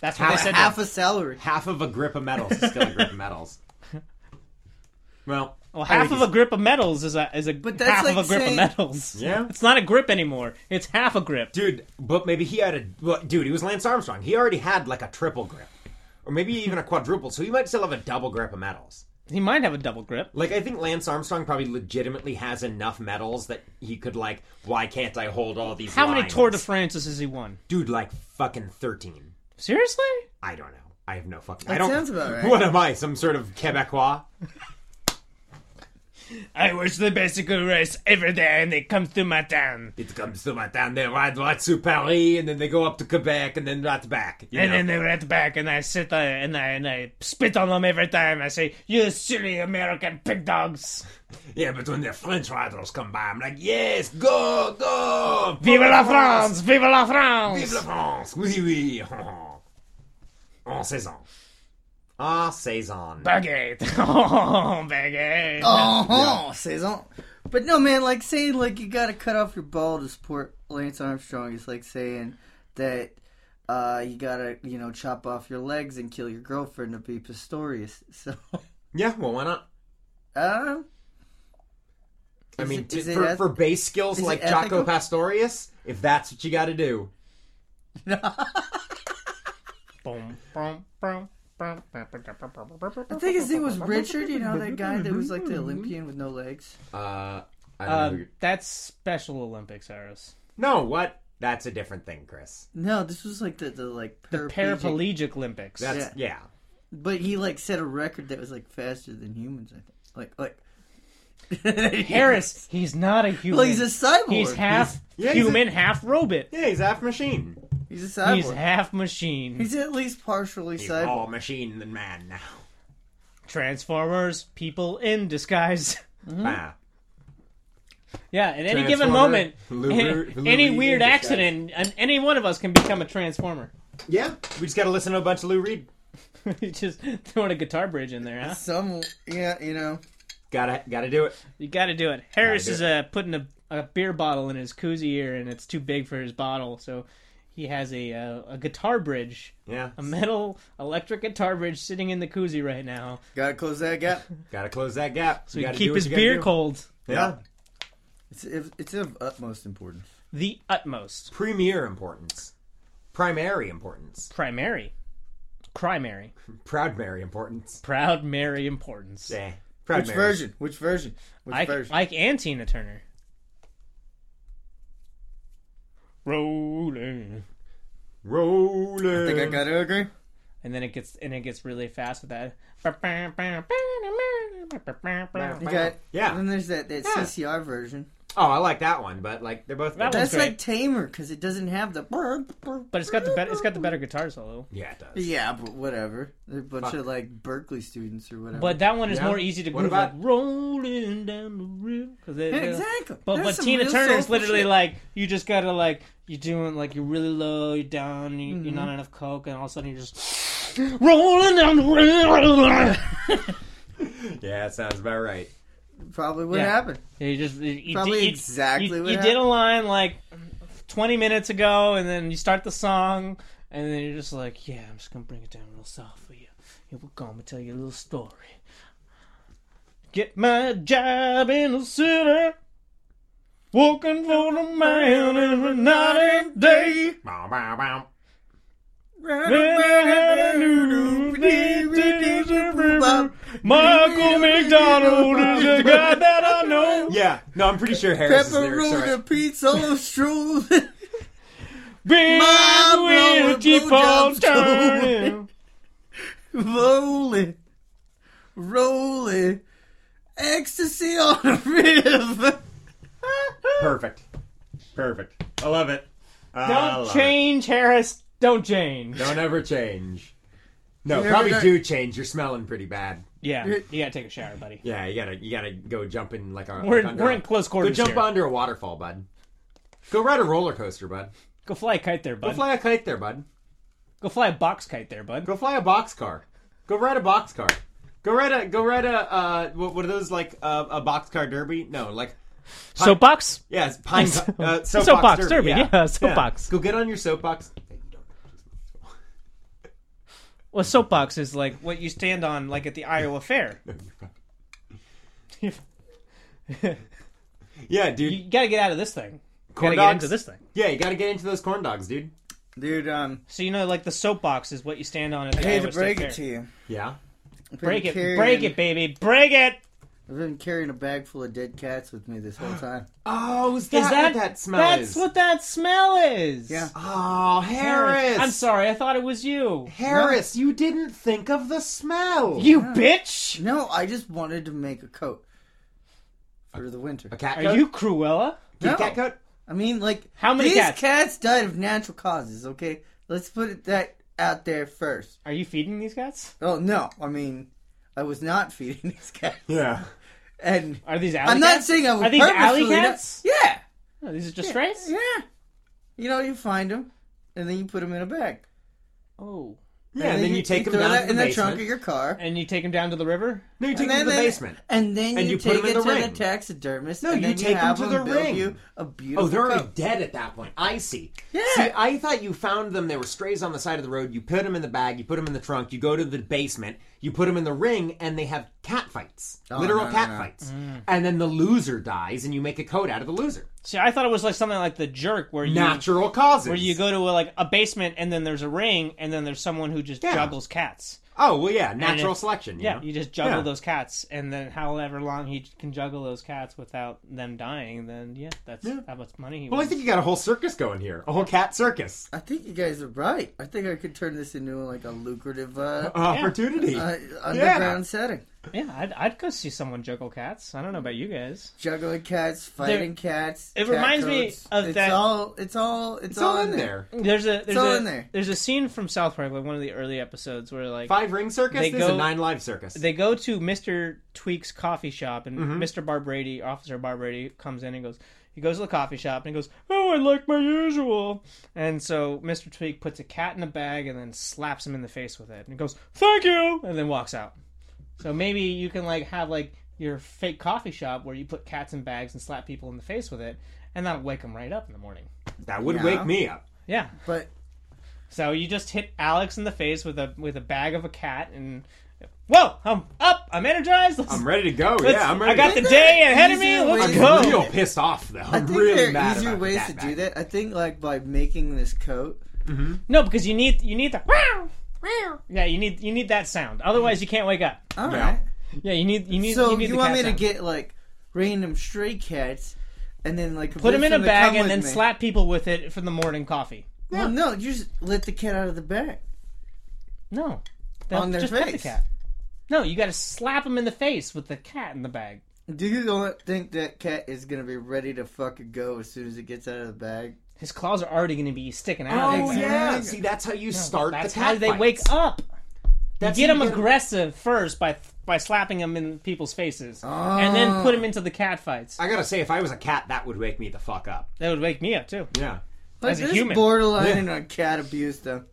That's what Half- they said. Half a salary. half of a grip of medals is still a grip of *laughs* medals. Well, Well, I half think of a grip of medals is a is a that's half like of a grip saying- of medals. Yeah. it's not a grip anymore. It's half a grip. Dude, but maybe he had a well, dude. He was Lance Armstrong. He already had like a triple grip, or maybe even a quadruple. So he might still have a double grip of medals. He might have a double grip. Like I think Lance Armstrong probably legitimately has enough medals that he could like. Why can't I hold all these? How many lines?" Tour de France's has he won? Dude, like fucking thirteen. Seriously? I don't know. I have no fucking. I That don't. sounds about right. What am I? Some sort of Quebecois? I watch the bicycle race every day, and they come through my town, It comes to my town. They ride right to Paris, and then they go up to Quebec, and then right back. you know? they rat back, and I sit there and I and I spit on them every time. I say, "You silly American pig dogs! yeah, but when the French riders come by, I'm like, yes, go, go, Vive la France!" Vive la France! Oui, oui! *laughs* En saison. En saison. Baguette. *laughs* Oh, baguette. Oh, saison. But no, man, like saying like you gotta cut off your ball to support Lance Armstrong is like saying that uh, you gotta you know chop off your legs and kill your girlfriend to be Pistorius. *laughs* So, Yeah, well, why not? uh, I Is mean, it- t- is it for, eth- for base skills is it like Jaco ethical? Pastorius, if that's what you gotta do. Boom, boom, boom, boom, boom, boom, boom, boom, boom, boom, I boom. think his name was Richard. You know that guy that was like the Olympian with no legs. Uh, I don't know. who Um, you're- that's Special Olympics, Harris. No, what? That's a different thing, Chris. No, this was like the the like The paraplegic- Paraplegic Olympics. That's, yeah. But he like set a record that was like faster than humans. I think. Like like. *laughs* Harris, he's not a human. Well, he's a cyborg. He's half Yeah, he's a- human, half robot. Yeah, he's half machine. *laughs* He's a cyborg. He's He's, half machine. at least partially He's cyborg. all machine than man now. Transformers, people in disguise. *laughs* Mm-hmm. Ah. Yeah, at any given Transformer, moment, Luber- *laughs* any Luber- weird in disguise. accident, and any one of us can become a transformer. *laughs* Yeah, we just gotta listen to a bunch of Lou Reed. you just throwing a guitar bridge in there, huh? Some, yeah, you know. Gotta, gotta do it. You got to do it. Harris do is uh, putting a, a beer bottle in his koozie ear, and it's too big for his bottle, so he has a uh, a guitar bridge, Yeah, a metal electric guitar bridge sitting in the koozie right now, Gotta close *laughs* that gap. gotta close that gap. so You he gotta can do keep what his you gotta beer do. cold. Yeah, It's of- it's of utmost importance. The utmost premier importance, primary importance. primary, primary, Proud Mary importance. Eh. proud Mary importance. Yeah. Proud Which version? Which version? Which Ike, version? Ike and Tina Turner. Rolling, Rolling. I think I gotta agree. and then it gets and it gets really fast with that. You got Yeah. Then there's that that CCR version. Oh, I like that one, but like they're both. That good. one- That's That's right. like tamer because it doesn't have the. But it's got the better. It's got the better guitar solo. Yeah, it does. Yeah, but whatever. They're a bunch Fuck. of like Berkeley students or whatever. But that one is Yeah. more easy to What groove. about- like, rolling down the river. 'cause they- yeah, they- exactly. But That's but some Tina real Turner's soulful literally shit. like you just gotta like you're doing like you're really low, you're down, you, Mm-hmm. you're not enough coke, and all of a sudden you're just *laughs* rolling down the river. *laughs* *laughs* Yeah, it sounds about right. probably what Yeah. happened. *laughs* Yeah, you just you- you Probably did- you- exactly you, what you did a happened. line like 20 minutes ago, and then you start the song, and then you're just like, yeah, I'm just gonna bring it down real soft for you. Here we go. I'm gonna tell you a little story. Get my job in the city, working for the man every night and day. Bow, bow, bow. um, Michael McDonald is the guy that I know. Yeah, no, I'm pretty sure Harris's lyrics are. Pepperoni pizza strudel. Big My wheel blowing keep on blowjobs going. turning. rolling, rolling, ecstasy on a river. Perfect. Perfect. I love it. *laughs* I Don't love change, Harris. Don't change. it. Don't ever change. No, You probably ever got- do change. You're smelling pretty bad. Yeah, you gotta take a shower, buddy. Yeah, you gotta you gotta go jump in like a. We're like in, under we're a- in close Go quarters jump here. under a waterfall, bud. Go ride a roller coaster, bud. Go fly a kite there, bud. Go fly a kite there, bud. a box kite there, bud. Go fly a box car. Go ride a box car. Go ride a go ride a uh, what, what are those like uh, a box car derby? No, like Soapbox. yes, *laughs* pine uh, soapbox, Soapbox derby, yeah, *laughs* soapbox. Go get on your soapbox. Well, soapbox is like what you stand on, like at the Iowa *laughs* Fair. Yeah, dude. *laughs* You gotta get out of this thing. Corn gotta get dogs? into this thing. yeah, you got to get into those corn dogs, dude. Dude, um, So you know, like the soapbox is what you stand on at the I hate Iowa to break State it to Fair. you. Yeah. I've been Break it, carrying- break it, baby, break it. I've been carrying a bag full of dead cats with me this *gasps* whole time. Oh, is that, Is what that smell That's is? what that smell is. Yeah. Oh, Harris. Harris. I'm sorry, I thought it was you. Harris, you didn't think of the smell. You bitch. No, I just wanted to make a coat for the winter. a cat Are coat? you Cruella? Kitty No. cat coat? I mean, like How many these cats? died of natural causes. Okay, let's put it that out there first. Are you feeding these cats? Oh no, I mean, I was not *laughs* feeding these cats, Yeah. and Are these alley I'm cats? not saying I was Are these alley purposefully not- cats? Yeah, No, these are just strays. yeah. You know, you find them, and then you put them in a bag. Oh. Yeah, and, then you, take them throw down that to in the the trunk basement. of your car. And you take them down to the river. No, you take And them to then- the *laughs* basement. And then And you, you put take 'em in it the to ring. the taxidermist. No, and you then take 'em have to the build ring. You a beautiful. Oh, they're already coat. dead at that point. I see. Yeah. See, I thought you found them. They were strays on the side of the road. You put them in the bag. You put them in the trunk. You go to the basement. You put them in the ring, and they have cat fights, literal Oh, no, no, cat no. Mm. fights. And then the loser dies, and you make a coat out of the loser. See, I thought it was like something like the jerk, where you Natural causes. where you go to a, like a basement and then there's a ring and then there's someone who just Yeah. juggles cats. Oh well, yeah, natural it- selection. you Yeah, know? you just juggle Yeah. those cats, and then however long he can juggle those cats without them dying, then yeah, that's how much money he Well, I wins. think you got a whole circus going here. A whole cat circus I think you guys are right. I think I could turn this into like a lucrative uh, *laughs* *laughs* Oh, opportunity. uh, underground setting. Yeah, I'd, I'd go see someone juggle cats. I don't know about you guys. Juggling cats, fighting cats. it cat reminds me coats. of it's that- All, it's all. It's, it's all all in there. There's a there's all a in there. there's a scene from South Park, like one of the early episodes, where like Five ring circus. They This is a go- nine live circus. they go to Mr. Tweak's coffee shop, and Mm-hmm. Mr. Barbrady, Officer Barbrady, comes in and goes, he goes to the coffee shop and he goes, Oh, I like my usual. And so Mr. Tweak puts a cat in a bag and then slaps him in the face with it and goes, Thank you! And then walks out. So maybe you can like have like your fake coffee shop where you put cats in bags and slap people in the face with it, and that'll wake them right up in the morning. that would Yeah. wake me up. Yeah. But So you just hit Alex in the face with a with a bag of a cat and whoa, I'm up, I'm energized. Let's I'm ready to go. Let's- yeah, I'm ready. I got to the day ahead of me. Easier Let's ways I'm to do go. real pissed off though. I I'm think really there are mad easier about ways that to back. do that. I think like by making this coat. No, because you need you need the yeah you need you need that sound. Otherwise, you can't wake up. All right. Yeah. Yeah, you need you need. So you, you, need the want cat me to sound. get like random stray cats, and then like put them in a bag and then slap. slap people with it for the morning coffee? Well, no, you just let the cat out of the bag. No, They'll On their just pet face. the cat. No, you got to slap them in the face with the cat in the bag. Do you don't think that cat is gonna be ready to fucking go as soon as it gets out of the bag? His claws are already going to be sticking out. Oh Like, yeah. Exactly. See, that's how you start. That's the how cat they fights. wake up. That's get how them you aggressive first by by slapping them in people's faces, and then put them into the cat fights. I gotta say, if I was a cat, that would wake me the fuck up. That would wake me up too. Yeah. Like, As a this human. borderline on cat abuse, though.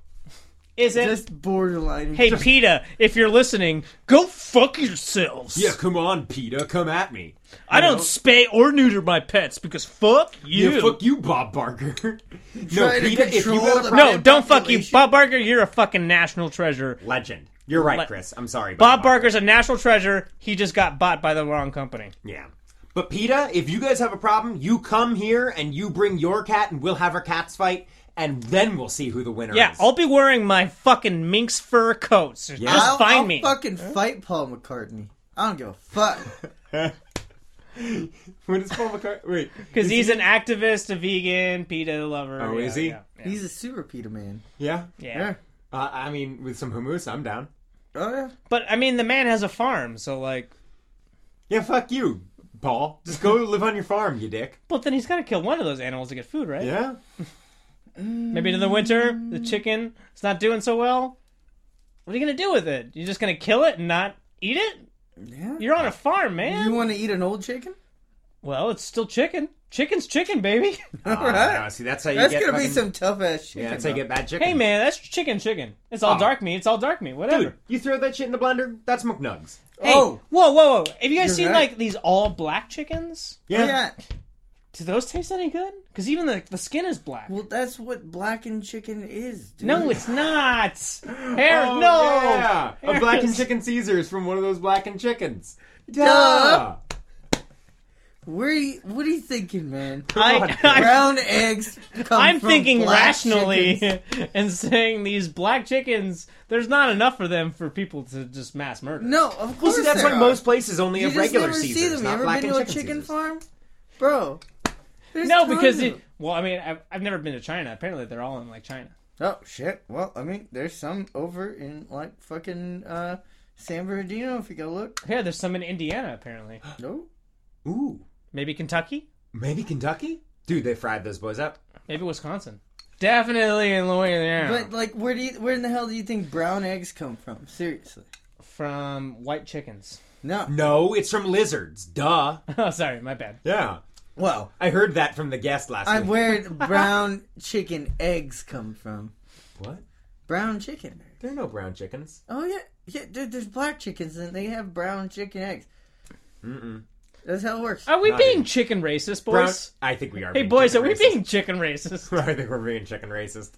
Is it? Just borderline. Hey, PETA, if you're listening, go fuck yourselves. Yeah, come on, Peter, come at me. I don't spay or neuter my pets because fuck you. Yeah, fuck you, Bob Barker. *laughs* no, trying to PETA, if you control got a the- problem, no, don't fuck you. population. Bob Barker, you're a fucking national treasure. legend. You're right, Le- Chris. I'm sorry. Bob Barker. Barker's a national treasure. He just got bought by the wrong company. Yeah. But PETA, if you guys have a problem, you come here and you bring your cat and we'll have our cats fight and then we'll see who the winner Yeah, is. I'll be wearing my fucking minx fur coats. Just I'll, find I'll me. fucking fight Paul McCartney. I don't give a fuck. *laughs* When is Paul McCartney? Wait. *laughs* Because he's an activist, a vegan, PETA lover. Oh, yeah, is he? Yeah. yeah. He's a super PETA man. Yeah. Yeah. Uh, I mean, with some hummus, I'm down. Oh yeah. But, I mean, the man has a farm, so, like. Yeah, fuck you, Paul. Just go live on your farm, you dick. But then he's got to kill one of those animals to get food, right? *laughs* Yeah. Maybe in the winter, the chicken is not doing so well. What are you gonna do with it? You're just gonna kill it and not eat it? Yeah. You're on a farm, man. You want to eat an old chicken? *laughs* Well, it's still chicken. Chicken's chicken, baby. *laughs* All right. Ah, Uh, see, that's how you That's get. gonna be fucking- some tough ass shit. Yeah, that's how you get bad chicken. hey, man, that's chicken, chicken. It's all Ah. dark meat. It's all dark meat. Whatever. dude, you throw that shit in the blender. That's McNugs. Hey, Oh. whoa, whoa, whoa! Have you guys seen You're right. like these all black chickens? Oh, Yeah. *gasps* Do those taste any good? Because even the the skin is black. Well, that's what blackened chicken is, dude. No, it's not. *laughs* Hair, Oh, no. yeah. a Harris. blackened chicken Caesar is from one of those blackened chickens. Duh. Where you, what are you thinking, man? I, *laughs* I, Brown eggs come I'm from thinking black chickens. rationally *laughs* and saying these black chickens. There's not enough for them for people to just mass murder. No, of course Well, see, that's there why are. most places only You have just regular never Caesars, see them. You not ever black been and to a chicken, chicken Caesars. farm, bro? There's no, because tons of it, well, I mean, I've, I've never been to China. Apparently, they're all in like China. Oh shit! Well, I mean, there's some over in like fucking uh, San Bernardino. If you go look, Yeah, there's some in Indiana. Apparently, no, Ooh, maybe Kentucky, maybe Kentucky. Dude, they fried those boys up. maybe Wisconsin. Definitely in Louisiana. but like, where do you, where in the hell do you think brown eggs come from? Seriously, from white chickens. *laughs* no. No, it's from lizards. Duh. Oh, sorry, my bad. Yeah, Well, I heard that from the guest last I week. *laughs* where brown chicken eggs come from? what? Brown chicken. There are no brown chickens. Oh yeah, yeah. Dude, there's black chickens and they have brown chicken eggs. Mm-mm. That's how it works. Are we Not being in- chicken racist, Brown. boys? I think we are. Hey, being boys, are chicken we racist. being chicken *laughs* racist? I think we're being chicken racist.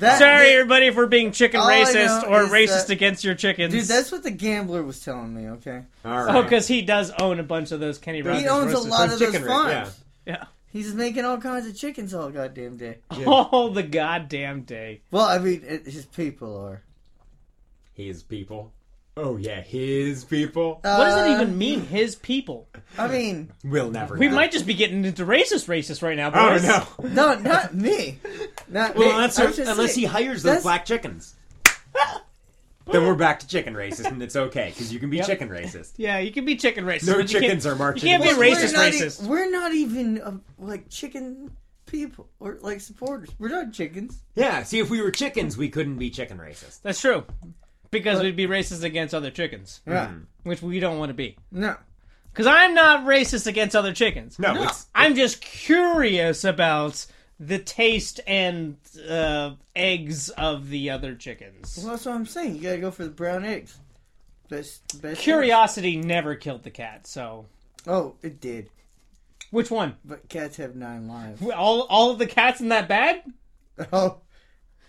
That- Sorry, everybody, if we're being chicken All I racist know or is racist that- against your chickens. dude. That's what the gambler was telling me. Okay, All right. oh, because he does own a bunch of those Kenny Rogers. he owns a roasted- lot of those Chicken ri- farms. yeah. Yeah. He's making all kinds of chickens all goddamn day. all the goddamn day. Well, I mean, it, his people are. his people. Oh yeah, his people. What does it Uh, even mean? His people. I mean, We'll never. We know. might just be getting into racist, racist right now, Oh boys. no. no, not me. Not Well, me. unless, I was just unless he saying, hires those that's- black chickens. *laughs* then we're back to chicken racist, and it's okay because you can be chicken racist. Yeah, you can be chicken racist. No but you chickens can't- are marching. You can't be in the we're racist, not e- racist. we're not even uh, like chicken people or like supporters. We're not chickens. Yeah, see, if we were chickens, we couldn't be chicken racist. That's true. Because we'd be racist against other chickens, Hmm. Yeah. which we don't want to be. No. Because I'm not racist against other chickens. No, it's I'm just curious about the taste and uh, eggs of the other chickens. Well, that's what I'm saying. You gotta go for the brown eggs. Best, best Curiosity never killed the cat, so eggs. Oh, it did. which one? But cats have nine lives. All all of the cats in that bag? *laughs*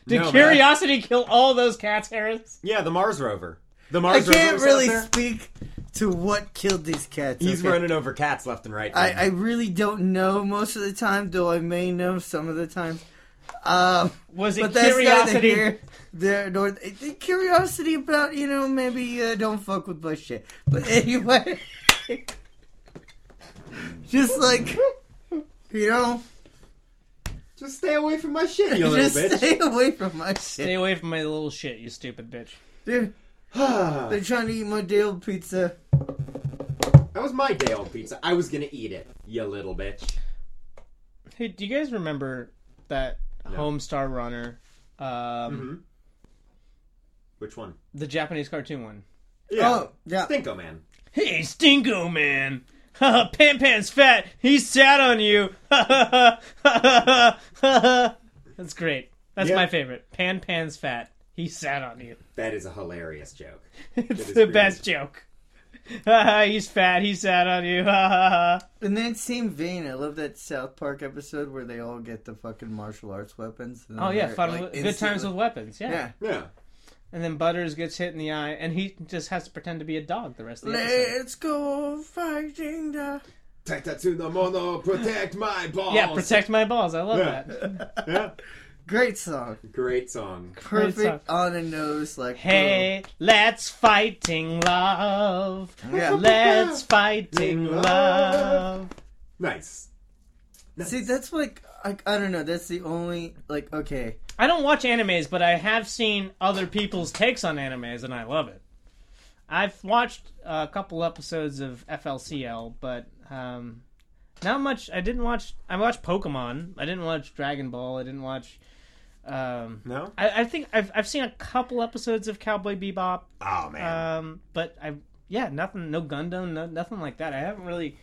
Oh, Did No, man. curiosity kill all those cats, Harris? yeah, the Mars rover. The I Mars rover. can't was really out there. speak to what killed these cats. He's okay? running over cats left and right. I, I really don't know most of the time, though I may know some of the time. Um, Was it but that's neither curiosity? here there nor the curiosity about you know maybe uh, don't fuck with my shit. But *laughs* anyway, just like you know, just stay away from my shit, *laughs* you little just bitch. stay away from my Stay shit. away from my little shit, you stupid bitch. Dude, *sighs* *laughs* they're trying to eat my deal pizza. that was my day old pizza. I was gonna eat it, you little bitch. Hey, do you guys remember that Homestar Runner, um, Mm-hmm. Which one? the Japanese cartoon one? Yeah. Oh yeah, Stinko man. Hey, Stinko Man. *laughs* Ha ha, Pan Pan's fat. He sat on you. *laughs* Ha ha ha, ha ha ha. That's great. That's Yeah. my favorite. Pan Pan's fat. He sat on you. That is a hilarious joke. It's is the pretty best joke. *laughs* Ha ha, he's fat. He sat on you. *laughs* Ha ha in that same vein, I love that South Park episode where they all get the fucking martial arts weapons. and ha. Oh, yeah. they're, Fun like, with, good times instantly- with weapons. Yeah. Yeah. Yeah. And then Butters gets hit in the eye, and he just has to pretend to be a dog the rest of the episode. Let's go fighting the. Tatatsuno mono, protect my balls. Yeah, protect my balls. I love Yeah. Uh, that. Yeah. *laughs* Great song. Great song. Perfect song. on the nose. Like, Hey, let's fighting love. boom. Yeah. Let's fighting love. Nice. See, that's like, I, I don't know. That's the only, like, okay. I don't watch animes, but I have seen other people's takes on animes, and I love it. I've watched a couple episodes of FLCL, but um, not much. I didn't watch. I watched Pokemon. I didn't watch Dragon Ball. I didn't watch. Um, No? I, I think I've I've seen a couple episodes of Cowboy Bebop, Oh man. Uh, um, but I yeah nothing no Gundam no, nothing like that. I haven't really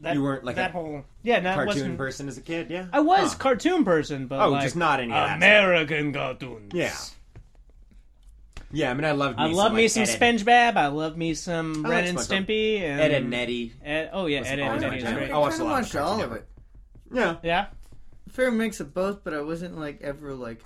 that You weren't like that a whole yeah. No, it Cartoon wasn't- person as a kid, yeah. I was Huh. cartoon person, but Oh, like, just not any of that stuff. American cartoons. Yeah. Yeah, I mean, I love. I love me some SpongeBob. I love me some I Ren like and SpongeBob. Stimpy and Ed and Nettie. Ed- oh yeah, was Ed, Ed always and my Nettie is jam. great. I watched a kinda lot of watched all of Cartoon it. Yeah. Yeah, Fair mix of both, but I wasn't like ever like.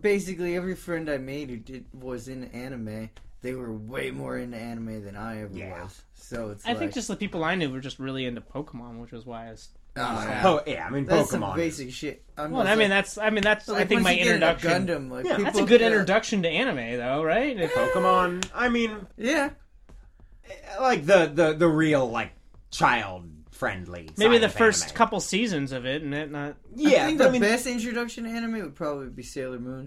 Basically, every friend I made who did was in anime, they were way more into anime than I ever Yeah. was. So it's I like, think just the people I knew were just really into Pokemon, which was why I was. oh, yeah. Oh yeah, I mean that's Pokemon. some basic shit. I'm Well, just I mean like- that's I mean that's but, I like, think once my you get into introduction. Gundam, like, Yeah. That's a people- good yeah. introduction to anime, though, right? If- Eh, Pokemon. I mean, Yeah, like the the the real like child friendly. Maybe the first couple seasons of it, and it not. Yeah, I think but the I mean, best introduction to anime would probably be Sailor Moon.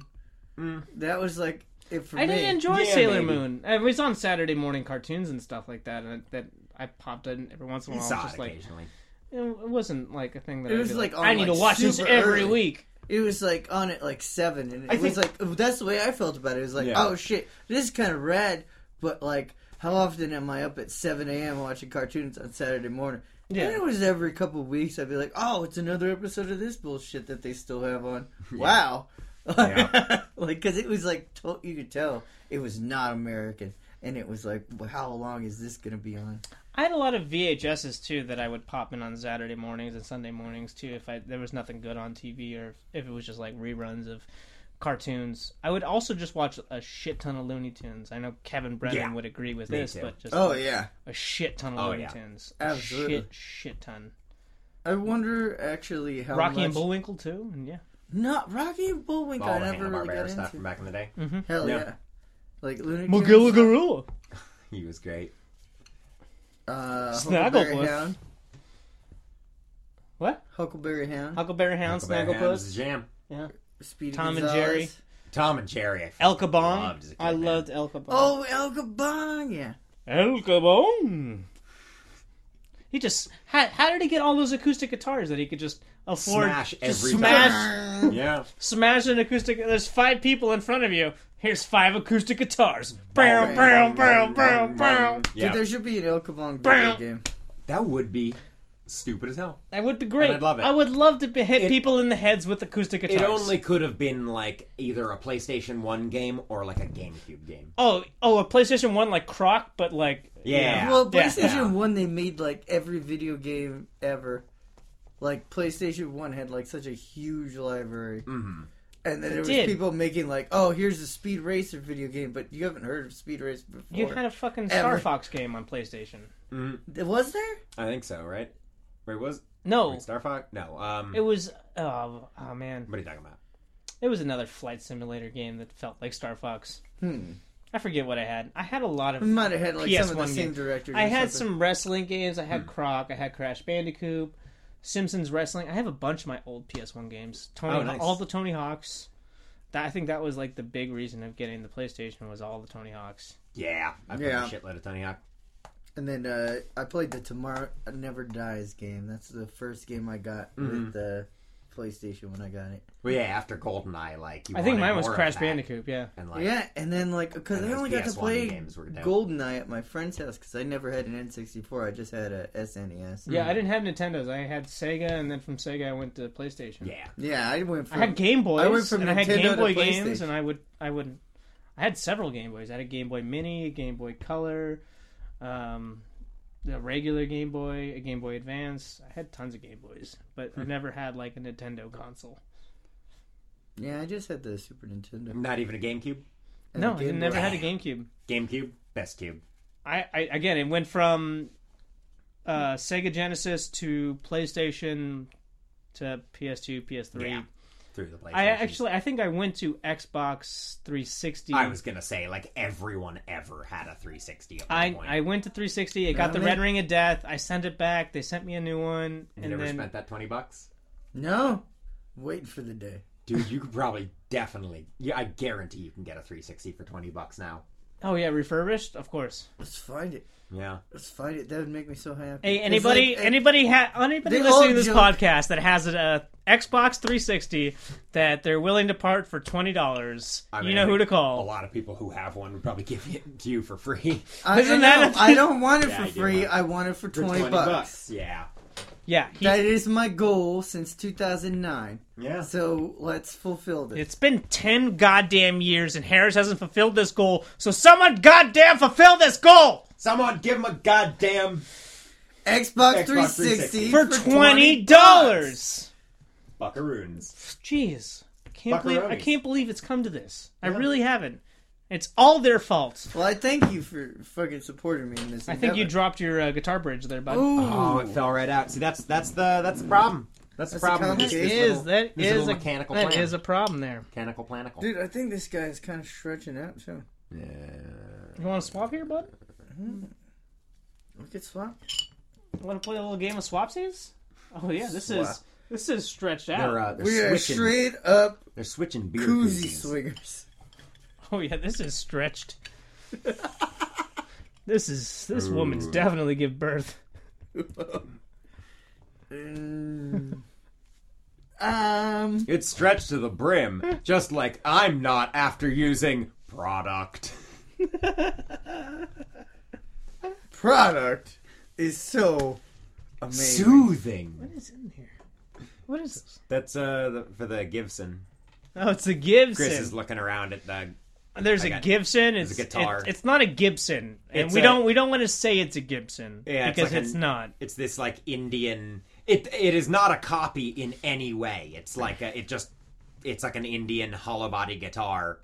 Mm. That was like it for I me. didn't enjoy Yeah, Sailor maybe. Moon. It was on Saturday morning cartoons and stuff like that, and that I popped in every once in a you while. saw just it like occasionally. it it wasn't like a thing that It I'd was, be like, on, I need like, to watch this super every early. week. It was like on at like seven, and it I was think- like oh, that's the way I felt about it. It was like, Yeah. oh shit, this is kind of rad, but like, how often am I up at seven a.m. watching cartoons on Saturday morning? Yeah. And it was every couple of weeks. I'd be like, oh, it's another episode of this bullshit that they still *laughs* have on. Wow, Yeah. *laughs* like because it was like to- you could tell it was not American, and it was like, well, how long is this gonna be on? I had a lot of VHSs too that I would pop in on Saturday mornings and Sunday mornings too if I there was nothing good on TV or if it was just like reruns of cartoons. I would also just watch a shit ton of Looney Tunes. I know Kevin Brennan Yeah. would agree with Me this, too. but just Oh like, yeah, a shit ton of Oh, Looney yeah. Tunes. Absolutely. Shit shit ton. I wonder actually how Rocky much... and Bullwinkle too, and yeah. Not Rocky and Bullwinkle. All I the never Hanna really got Barbera into. stuff from back in the day. Hell Yeah. yeah. Like Looney Magilla Tunes, Gorilla. He was great. uh, Snagglepuss. Huckleberry Hound, What? Huckleberry Hound, Huckleberry Hound, Huckleberry Hound was Snagglepuss. the jam. Yeah. Speedy Tom and Gonzales. Jerry. Tom and Jerry. I El fucking Cabong. Loved as a kid, I man. loved El Cabong. Oh, El Gabon, yeah. El Cabon. He just how, how did he get all those acoustic guitars that he could just afford? Smash just everybody. smash, Yeah. smash an acoustic. There's five people in front of you. Here's five acoustic guitars. Brow, man. brow, brow, brow, brow. Dude, Yeah. there should be an El Gabon video game. That would be stupid as hell. That would be great. And I'd love it. I would love to be- hit people in the heads with acoustic guitars. It only could have been like either a PlayStation One game or like a GameCube game. oh oh a PlayStation One like Croc, but like Yeah. Well, Yeah. PlayStation One, they made like every video game ever. Like PlayStation One had like such a huge library, mm-hmm. and then there was did. people making like, oh, here's the Speed Racer video game, but you haven't heard of Speed Racer before. you had a fucking Star Ever. Fox game on PlayStation. Was there? I think so, right? Where was No, wait, Star Fox? No. Um. it was oh, oh man. What are you talking about? It was another flight simulator game that felt like Star Fox. Hmm. I forget what I had. I had a lot of. We might have had like some of the PS1 same game. directors. I or had something. some wrestling games. I had Hmm. Croc. I had Crash Bandicoot, Simpsons Wrestling. I have a bunch of my old PS1 games. Tony, Oh, nice. all the Tony Hawks. That I think that was like the big reason of getting the PlayStation was all the Tony Hawks. Yeah. I played Yeah. a shitload of Tony Hawk. And then uh, I played the Tomorrow Never Dies game. That's the first game I got with the PlayStation when I got it. Well, yeah. After GoldenEye, like you I think wanted mine was more of Crash that. Bandicoot. Yeah, And like, yeah, and then like because And I those only got to PS1 play games were dope. GoldenEye at my friend's house because I never had an N64. I just had a E SNES. Hmm. yeah. I didn't have Nintendos. I had Sega, and then from Sega I went to PlayStation. yeah. yeah, I went I from had Game Boys. I went from and I had Nintendo Game to Boy games, PlayStation. and I would, I would, I had several Game Boys. I had a Game Boy Mini, a Game Boy Color, um, the regular Game Boy, a Game Boy Advance. I had tons of Game Boys, but Hmm. I never had like a Nintendo console. yeah, I just had the Super Nintendo. Not even a GameCube. And no, the Game I never Boy. had a GameCube. GameCube, best cube. I, I again, it went from uh, Sega Genesis to PlayStation to PS2, PS3. Yeah. Through the PlayStation. I actually, I think I went to Xbox 360. I was gonna say like everyone ever had a 360 at one I, point. I went to 360. It got the Really? Red Ring of Death. I sent it back. They sent me a new one, you and never then spent that 20 bucks. No, waiting for the day. Dude, you could probably definitely. Yeah, I guarantee you can get a 360 for 20 bucks now. Oh yeah, refurbished, of course. Let's find it. Yeah. Let's find it. That would make me so happy. Hey, It's anybody, like- anybody, ha- anybody They listening all to this joke- podcast that has a Xbox 360 that they're willing to part for twenty dollars, I you mean, know who to A call. lot of people who have one would probably *laughs* give it to you for free. I, Isn't Isn't that a- I don't want it Yeah, for I do free. want I want it for For twenty, bucks. Yeah. Yeah, he- That is my goal since 2009. Yeah. So let's fulfill this. it's been ten goddamn years, and Harris hasn't fulfilled this goal. So someone goddamn fulfill this goal Someone give him a goddamn Xbox Xbox, 360 for twenty dollars. buckaroons. Jeez, I can't believe I Buckaroonies. can't believe it's come to this. I really haven't. It's all their fault. Well, I thank you for fucking supporting me in this. I think you dropped your uh, guitar bridge there, bud. Ooh. Oh, it fell right out. See, that's that's the that's the problem. That's, the That's the problem. with complicated- this- this That is little that this is little a mechanical that plan. is a problem there. mechanical planicle. Dude, I think this guy is kind of stretching out too. You want to swap here, bud? We could swap. Want to play a little game of swapsies? Oh yeah, this is Swap. this is stretched out. They're, uh, they're We are switching. straight up they're switching beer koozie koozies. swingers. Oh yeah, this is stretched. *laughs* this is this woman's definitely give birth. *laughs* Mm. um. It's stretched to the brim, just like I'm not after using product. product is so amazing. Soothing. What is in here? What is this? That's uh the, for the Gibson. Oh, it's a Gibson. Chris is looking around at the. There's I a got- Gibson. It's a guitar. it- it's not a Gibson, and It's we a- don't we don't want to say it's a Gibson Yeah, it's because like it's an- not. *laughs* It's this like Indian. It it is not a copy in any way. It's like a, it just. It's like an Indian hollow body guitar,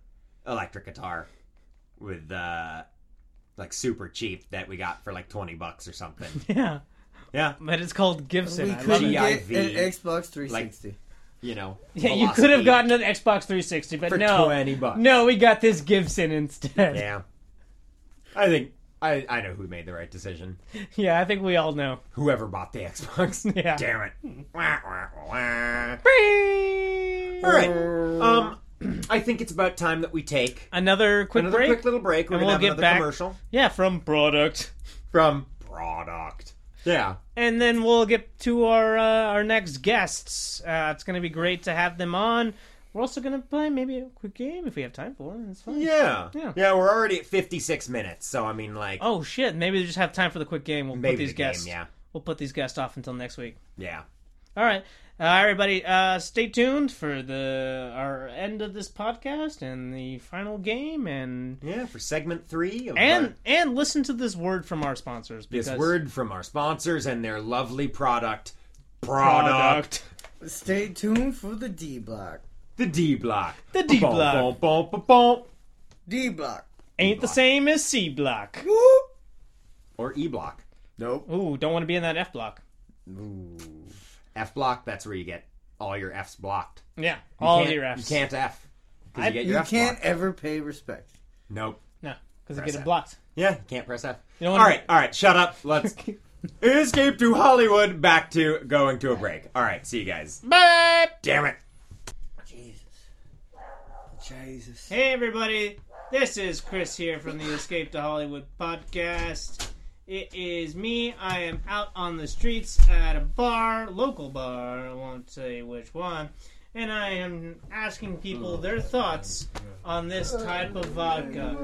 electric guitar, with uh, like super cheap that we got for like twenty bucks or *laughs* something. Yeah, yeah, but it's called Gibson. We I love couldn't it. G- get GIV. an Xbox 360. you know. Yeah, you could have gotten an Xbox 360, but for no, twenty bucks. no, we got this Gibson instead. Yeah. I think I I know who made the right decision. *laughs* Yeah, I think we all know. *laughs* Whoever bought the Xbox. *laughs* Yeah. Damn *laughs* it. Wah, wah, wah. Beep. All right. Um, *clears throat* I think it's about time that we take Another quick another break. quick little break. We're And gonna we'll have get another back- commercial Yeah, from product, from product. Yeah. and then we'll get to our uh, our next guests. Uh, it's gonna be great to have them on. We're also gonna play maybe a quick game if we have time for it. That's fine. Yeah. Yeah. We're already at 56 minutes, so I mean, like, Oh shit! Maybe they just have time for the quick game. We'll maybe put these the game, guests. Yeah. We'll put these guests off until next week. Yeah. All right, uh, everybody, uh, stay tuned for the our end of this podcast and the final game, and Yeah. For segment three. Of and our- and listen to this word from our sponsors. this Because word from our sponsors and their lovely product. product. product. Stay tuned for the D block. The D block. The D block. Bum, bum, bum, bum. D block. ain't the same as C block. Whoop. Or E block. Nope. Ooh, don't want to be in that F block. F block, that's where you get all your F's blocked. Yeah, all Can't- your Fs. You can't F. 'cause I- you get your You F can't blocked. ever pay respect. Nope. No, because you Press get it F. blocked. Yeah, you can't press F. You know all what I mean? right, all right, shut up. Let's escape to Hollywood. Back to going to a break. All right, see you guys. *laughs* Bye. Damn it. Jesus. Jesus. Hey everybody, this is Chris here from the Escape to Hollywood podcast. It is me. I am out on the streets at a bar, local bar, I won't say which one, and I am asking people their thoughts on this type of vodka.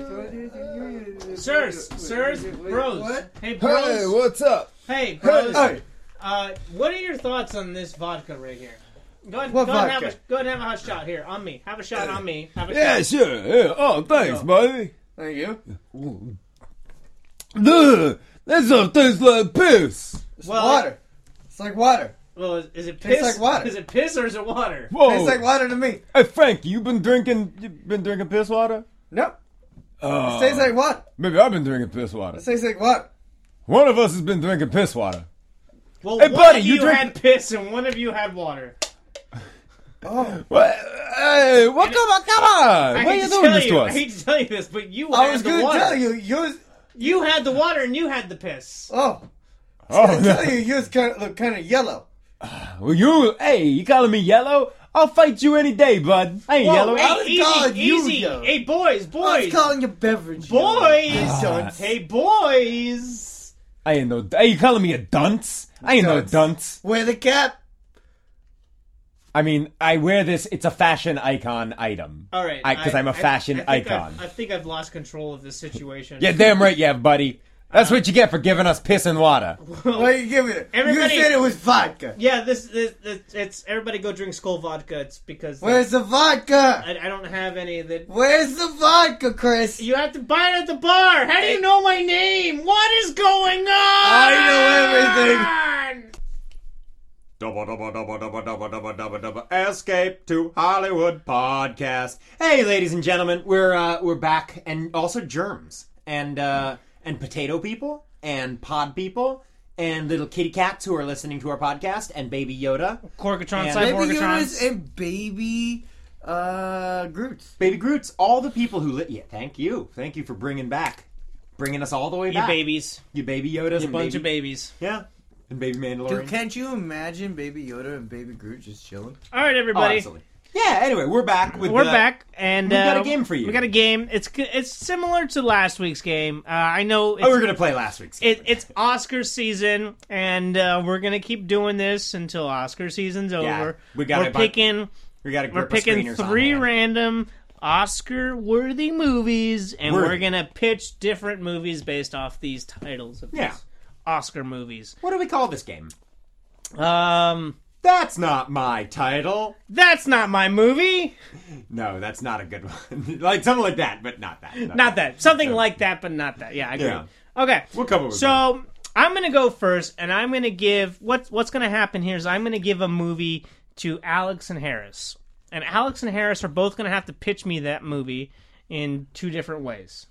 Sirs, sirs, bros. What? Hey bros. what's up? Hey Hey. bros. Uh, what are your thoughts on this vodka right here? Go ahead, What go ahead, and have a, vodka? go ahead and have a hot shot here on me. Have a shot on me. Have a Yeah, shot. sure. Yeah. Oh, thanks, buddy. Thank you. Ugh, that stuff tastes like piss. It's Well- water. It's like water. Well, is, is it piss? Tastes like water. Is it piss or is it water? Whoa. It's like water to me. Hey, Frank, you been drinking? You been drinking piss water? Nope. Uh, Tastes like water. maybe I've been drinking piss water. Tastes like water. One of us has been drinking piss water. Well, Hey, one buddy, of you, you drink- had piss and one of you had water. Oh. What? Hey, what? Come on, come on! I what are hate you to doing tell this you, to I us? hate to tell you this, but you I had was the gonna water. tell you. You was. You had the water and you had the piss. Oh. oh I tell you, you was kind of look kind of yellow. Well, you, hey, you calling me yellow? I'll fight you any day, bud. I ain't yellow. I hey, was easy, calling you, easy. yo. Hey, boys, I boys, was calling you beverage. boys. God. Hey, boys. I ain't no. Are you calling me a dunce? I ain't Dunce. no dunce. Wear the cap. I mean, I wear this. It's a fashion icon item. All right, Because I- I'm a I- fashion I think icon. I've- I think I've lost control of this situation. Yeah, damn right you have, buddy. That's what you get for giving us piss and water. What you give it? Everybody- You said it was vodka. Yeah, this, this, this it's everybody go drink skull vodka. It's because Where's the vodka? I, I don't have any that Where's the vodka, Chris? you have to buy it at the bar. How do you know my name? What is going on? I know everything. Double, double, double, double, double, double, double, double. Escape to Hollywood podcast. Hey, ladies and gentlemen, we're uh, we're back, and also germs, and uh, and potato people, and pod people, and little kitty cats who are listening to our podcast, and Baby Yoda, Corkatron, Yeah. Baby Cyborgatron. Yoda's and baby uh, Groot's. Baby Groot's, all the people who lit. Yeah, thank you, thank you for bringing back, bringing us all the way You back, babies. you Baby Yodas, You and bunch baby, of babies. yeah, and Baby Mandalorian. Dude, can't you imagine Baby Yoda and Baby Groot just chilling? All right, Oh, everybody. absolutely. Yeah. Anyway, we're back with We're the- back, and We've got a uh, game for you. We got a game. It's it's similar to last week's game. Uh, I know. It's, Oh, we were gonna play last week's. it, it's Oscar season, and uh, we're gonna keep doing this until Oscar season's Yeah, over. we got we're a bunch- picking. we got a We're group of picking screeners on three hand. random Oscar-worthy movies, and we're Worthy. gonna pitch different movies based off these titles of Yeah. these Oscar movies. What do we call this game? Um, That's not my title. that's not my movie. No, that's not a good *laughs* one. like something like that, but not that. Not that. Something like that, but not that. Yeah, I agree. Yeah. Okay. We'll come up with So I'm gonna go first, and I'm gonna give what's what's gonna happen here is I'm gonna give a movie to Alex and Harris, and Alex and Harris are both gonna have to pitch me that movie in two different ways,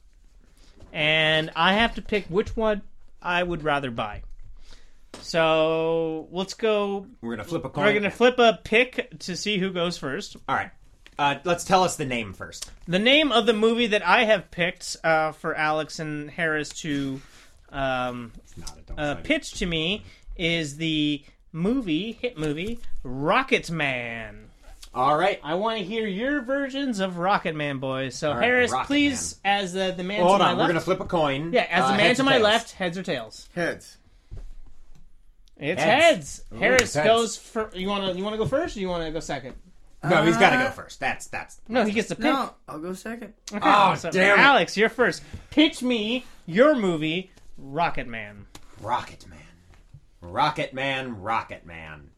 and I have to pick which one I would rather buy. So let's go. We're gonna flip a coin. We're gonna flip a pick to see who goes first. All right. Uh, let's tell us the name first. The name of the movie that I have picked uh, for Alex and Harris to um, Not a don't uh, say. pitch to me is the movie hit movie Rocket Man. All right. I want to hear your versions of Rocket Man, boys. So right, Harris, Rocket please, as uh, the, the man Hold to my on. We're left. gonna flip a coin. yeah, as Uh, the man heads to or my tails? left, heads or tails? Heads. It's heads. Heads. Harris heads. goes for you want to you want to go first or you want to go second? No, he's got to go first. That's that's. Uh, No, he gets to pick. No, I'll go second. Okay, Oh, so damn it. Alex, you're first. Pitch me your movie Rocket Man. Rocket Man. Rocket Man, Rocket Man.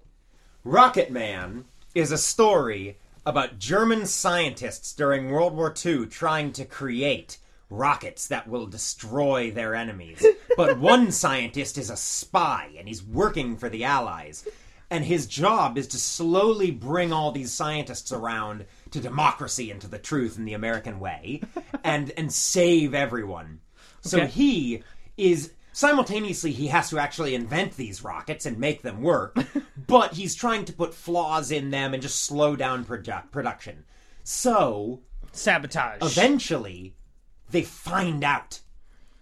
Rocket Man is a story about German scientists during World War II trying to create rockets that will destroy their enemies. but one scientist is a spy and he's working for the Allies. And his job is to slowly bring all these scientists around to democracy and to the truth in the American way and, and save everyone. So Okay. he is simultaneously he has to actually invent these rockets and make them work, but he's trying to put flaws in them and just slow down produ- production. So Sabotage. eventually, they find out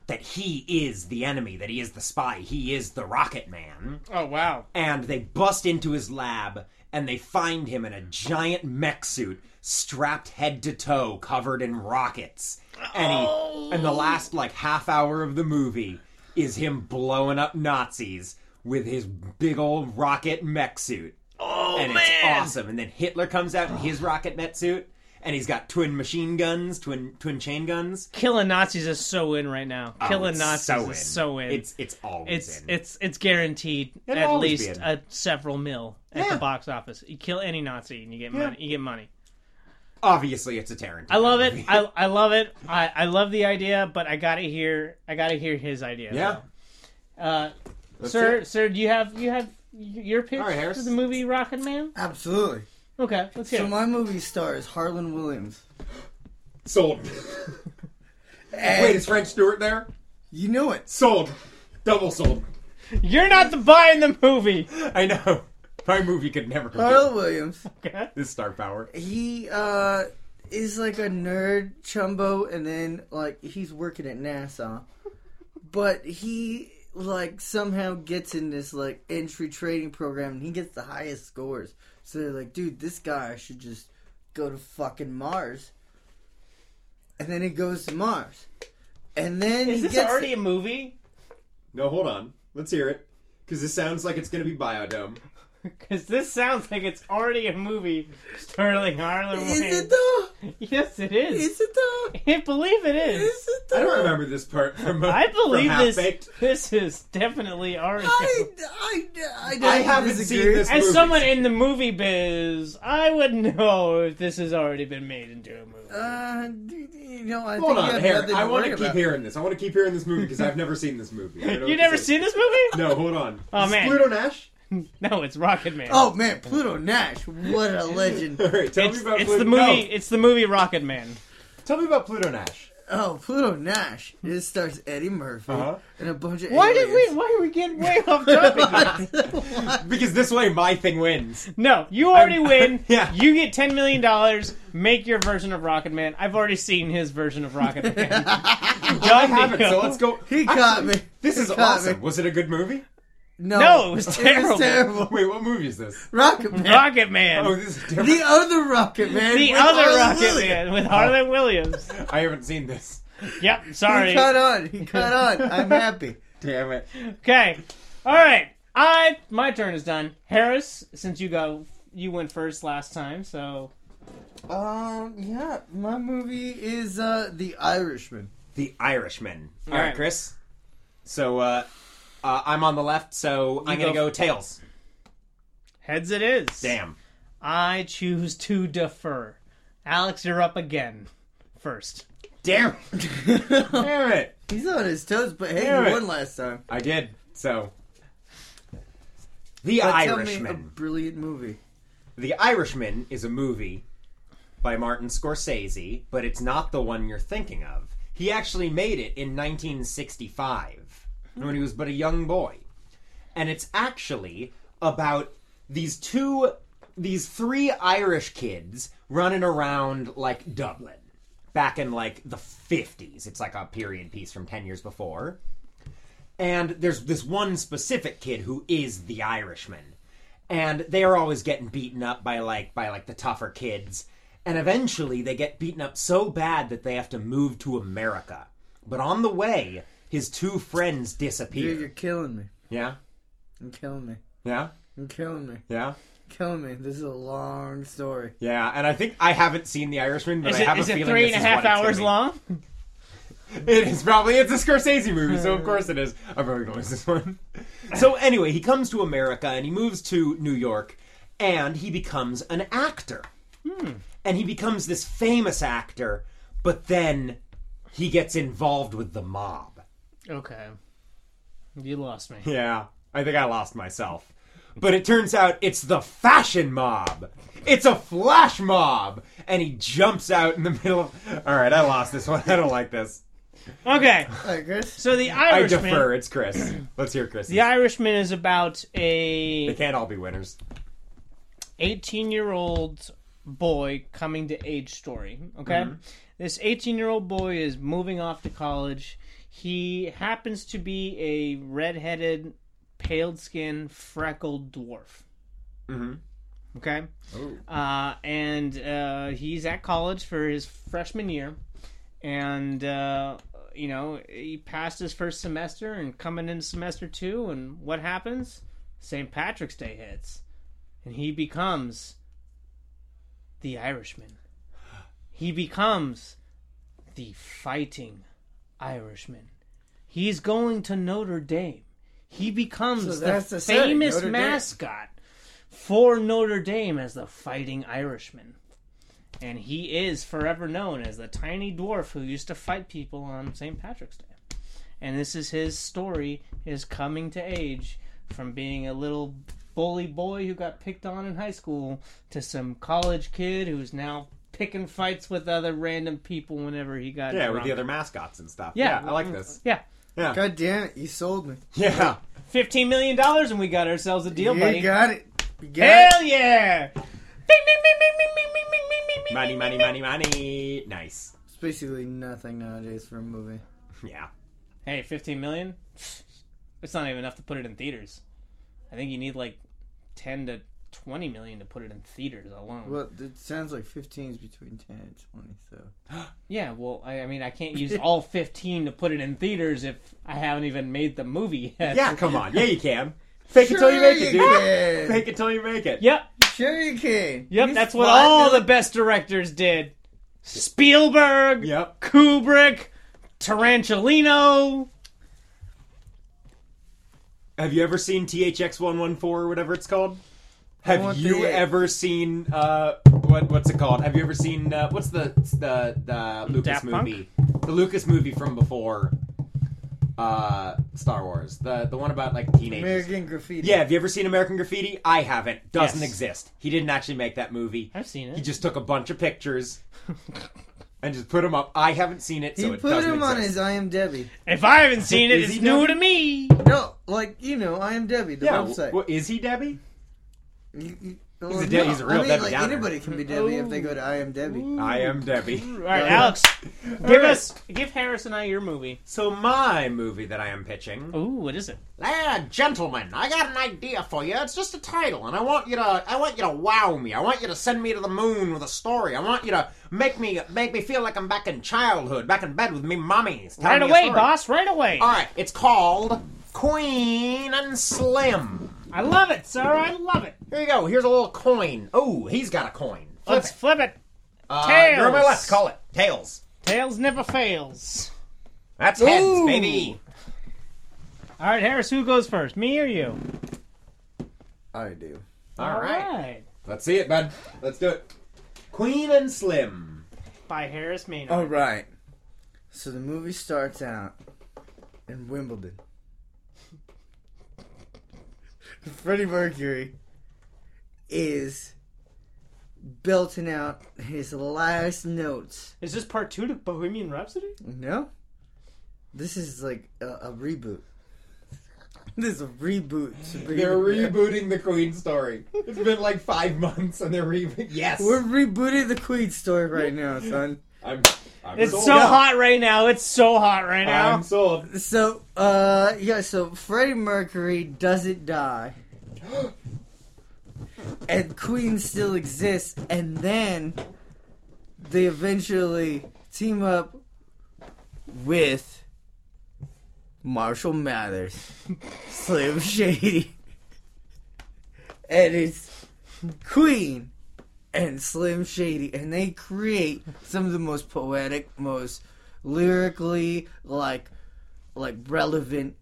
that he is the enemy, that he is the spy, he is the Rocket Man, Oh wow. and they bust into his lab and they find him in a giant mech suit strapped head to toe covered in rockets and he and the last like half hour of the movie is him blowing up nazis with his big old rocket mech suit oh and it's awesome and then hitler comes out in his rocket mech suit and he's got twin machine guns twin twin chain guns Killing Nazis is so in right now. Oh, Killing Nazis is so in. it's it's always it's in it's it's guaranteed It'll at always be least in. a several mil at the Yeah. box office. You kill any Nazi and you get money. You get money. obviously it's a Tarantino I love it. I, *laughs* I love it. I, I love the idea, but I gotta hear I gotta hear his idea. yeah though. Uh, sir, it. sir, do you have you have your pitch All right, to Harris. the movie Rocket Man? Absolutely. Okay, let's hear. So it. my movie stars Harlan Williams. sold wait is French Stewart there You knew it. Sold. Double sold. You're not the buy in the movie. I know. My movie could never Harlan compete. Williams. Okay. This star power. He uh is like a nerd chumbo and then like he's working at NASA. But he like somehow gets in this like entry training program and he gets the highest scores. So they're like, dude, this guy should just go to fucking Mars. And then he goes to Mars. And then Is he this gets already a movie? *laughs* No, hold on. Let's hear it. Because this sounds like it's going to be Biodome. Because this sounds like it's already a movie. Sterling Ireland. Is it though? Yes, it is. Is it though? I can't believe it is. Is it I though? don't remember this part *laughs* from I believe from this. Half-Baked. This is definitely already. I, I, I, don't I haven't disagree. seen this As movie. someone in the movie biz, I would know if this has already been made into a movie. Uh, d- d- you know, I Hold think you on, have Harry. nothing to I want worry to keep about. hearing this. I want to keep hearing this movie because I've never seen this movie. I don't know *laughs* you what never to say. seen this movie? No, hold on. Oh, Is man. Pluto Nash. *laughs* *laughs* No, it's Rocket Man. Oh man, Pluto Nash, what *laughs* a legend! All right, tell it's, me about it's Pluto. the movie. no, It's the movie Rocket Man. tell me about Pluto Nash. Oh, Pluto Nash. It stars Eddie Murphy and a bunch of. Uh-huh. Why did we? aliens. Why are we *laughs* getting way off topic? *laughs* Because this way, my thing wins. no, you already *laughs* win. Yeah. You get ten million dollars. Make your version of Rocket Man. I've already seen his version of Rocket *laughs* Man. I haven't, so let's go. He caught Actually, me. This He is caught awesome. me. Was it a good movie? No, No, it was terrible. terrible. *laughs* Wait, what movie is this? Rocket Man. Rocket Man. Oh, this is different. the other Rocket Man. the with other Harlan Rocket Williams. Man with Harlan Williams. I haven't seen this. *laughs* Yep. Sorry. He caught on. He *laughs* caught on. I'm happy. Damn it. Okay. All right. I my turn is done. Harris, since you go, you went first last time, so Um, yeah, my movie is uh The *laughs* Irishman. *laughs* The Irishman. All All right, right. Chris. So uh, uh, I'm on the left, so I'm gonna go go *laughs* tails. heads it is. Damn. I choose to defer. Alex, you're up again. First. Damn. Damn it. He's on his toes, but hey, Damn he it. won last time. I did. So. The But Tell me a Irishman. brilliant movie. The Irishman is a movie by Martin Scorsese, but it's not the one you're thinking of. He actually made it in 1965 when he was but a young boy. And it's actually about these two, these three Irish kids running around like Dublin back in like the 50s. It's like a period piece from 10 years before. And there's this one specific kid who is the Irishman. And they are always getting beaten up by like by like the tougher kids. And eventually they get beaten up so bad that they have to move to America. But on the way, his two friends Dude, you're disappear. killing me. Yeah? You're killing me. Yeah? You're killing me. Yeah? Killing me. This is a long story. Yeah, and I think I haven't seen The Irishman, but Is I it, have is a it feeling three this and a is half what it's gonna hours be. long? *laughs* It is probably it's a Scorsese movie, so *laughs* of course it is. I'm probably gonna lose this one. *laughs* So anyway, he comes to America and he moves to New York, and he becomes an actor, Hmm. and he becomes this famous actor. But then he gets involved with the mob. Okay. You lost me. Yeah, I think I lost myself. But it turns out it's the fashion mob. It's a flash mob, and he jumps out in the *laughs* middle. of... All right, I lost this one. I don't like this. Okay. All right, Chris. So the I Irishman defer. It's Chris. Let's hear Chris. The Irishman is about They a can't all be winners. 18 year old boy coming to age story. Okay. This 18 year old boy is moving off to college. He happens to be a redheaded, pale skinned, freckled dwarf. Mhm. Okay. Uh, and uh, he's at college for his freshman year. And, uh, you know, he passed his first semester and coming into semester two. And what happens? St. Patrick's Day hits and he becomes the Irishman. He becomes the fighting Irishman. He's going to Notre Dame. He becomes So the, that's the setting, famous Notre Dame. mascot for Notre Dame as the fighting Irishman. And he is forever known as the tiny dwarf who used to fight people on St. Patrick's Day. And this is his story, his coming to age from being a little bully boy who got picked on in high school to some college kid who's now picking fights with other random people whenever he got Yeah, with drunk. the other mascots and stuff. Yeah. I like *laughs* this. yeah God damn it, you sold me. Yeah. 15 million dollars and we got ourselves a deal you buddy got it. You got hell yeah Bing, bing, bing, bing, bing, bing, bing, bing, bing, bing. Money, money, money, money. Nice. it. It's basically nothing nowadays for a movie. Yeah. hey 15 million It's not even enough to put it in theaters. I think you need like ten to twenty million to put it in theaters alone. Well, it sounds like 15 is between 10 and 20, so. Yeah, well, I, I mean, I *laughs* can't use all 15 to put it in theaters if I haven't even made the movie yet. Yeah, come on. Yeah, you can. Fake it till you make it, Sure dude. you Fake it till you make it. Yep, can. Sure you can. yep, You that's what spot all the me. best directors did. Spielberg, Yep. Kubrick, Tarantulino. Have you ever seen THX one one four or whatever it's called? Have want you the- ever seen uh what what's it called? Have you ever seen uh, what's the the the Lucas Daft Punk? movie? The Lucas movie from before uh Star Wars. The the one about like teenagers. American Graffiti. Yeah, have you ever seen American Graffiti? I haven't. Doesn't Yes. exist. He didn't actually make that movie. I've seen He it. just took a bunch of *laughs* pictures and just put them up. I haven't seen it, He so it put doesn't him on his exist. I Am Debbie. If I haven't seen it, *laughs* Is it's he new done? to me. No, like, you know, I Am Debbie, the yeah, website. well, is he Debbie? You- you- a well, de- no, he's a real I mean, Debbie like, Downer. anybody can be Debbie if they go to I Am Debbie. I am *laughs* Debbie. All right, *laughs* Yeah. Alex, give us, give Harris and I your movie. So my movie that I am pitching. Ooh, what is it? Ah, gentlemen, I got an idea for you. It's just a title, and I want you to I want you to wow me. I want you to send me to the moon with a story. I want you to make me make me feel like I'm back in childhood, back in bed with me mummies. telling Right me a away, story. boss, right away. All right, it's called Queen and Slim. I love it, sir. I love it. Here you go. Here's a little coin. Oh, he's got a coin. Flip Let's it. flip it. Uh, you're on my tails. left. Call it tails. Tails never fails. That's heads, Ooh. baby. All right, Harris, who goes first? Me or you? I do. All right. Let's see it, bud. Let's do it. Queen and Slim. By Harris Maynard. Oh, All right. So the movie starts out in Wimbledon. *laughs* Freddie Mercury is belting out his last notes. Is this part two to Bohemian Rhapsody? No? This is like a, a reboot. *laughs* This is a reboot. to They're Bohemian- rebooting the Queen story. It's been like five months, and they're rebooting. Yes, We're rebooting the Queen story right now, son. I'm. I'm It's sold. so hot right now. It's so hot right now. I'm sold. So, uh, yeah, so Freddie Mercury doesn't die. and Queen still exists, and then they eventually team up with Marshall Mathers, Slim Shady, and it's Queen and Slim Shady, and they create some of the most poetic, most lyrically like like relevant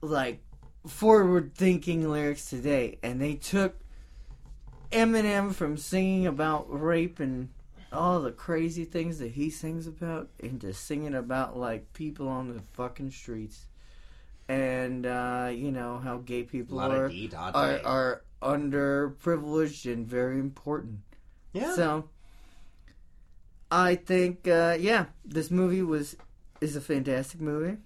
like forward thinking lyrics today and they took Eminem from singing about rape and all the crazy things that he sings about into singing about like people on the fucking streets and uh, you know how gay people are are, are underprivileged and very important. Yeah. So I think uh, yeah, this movie was is a fantastic movie.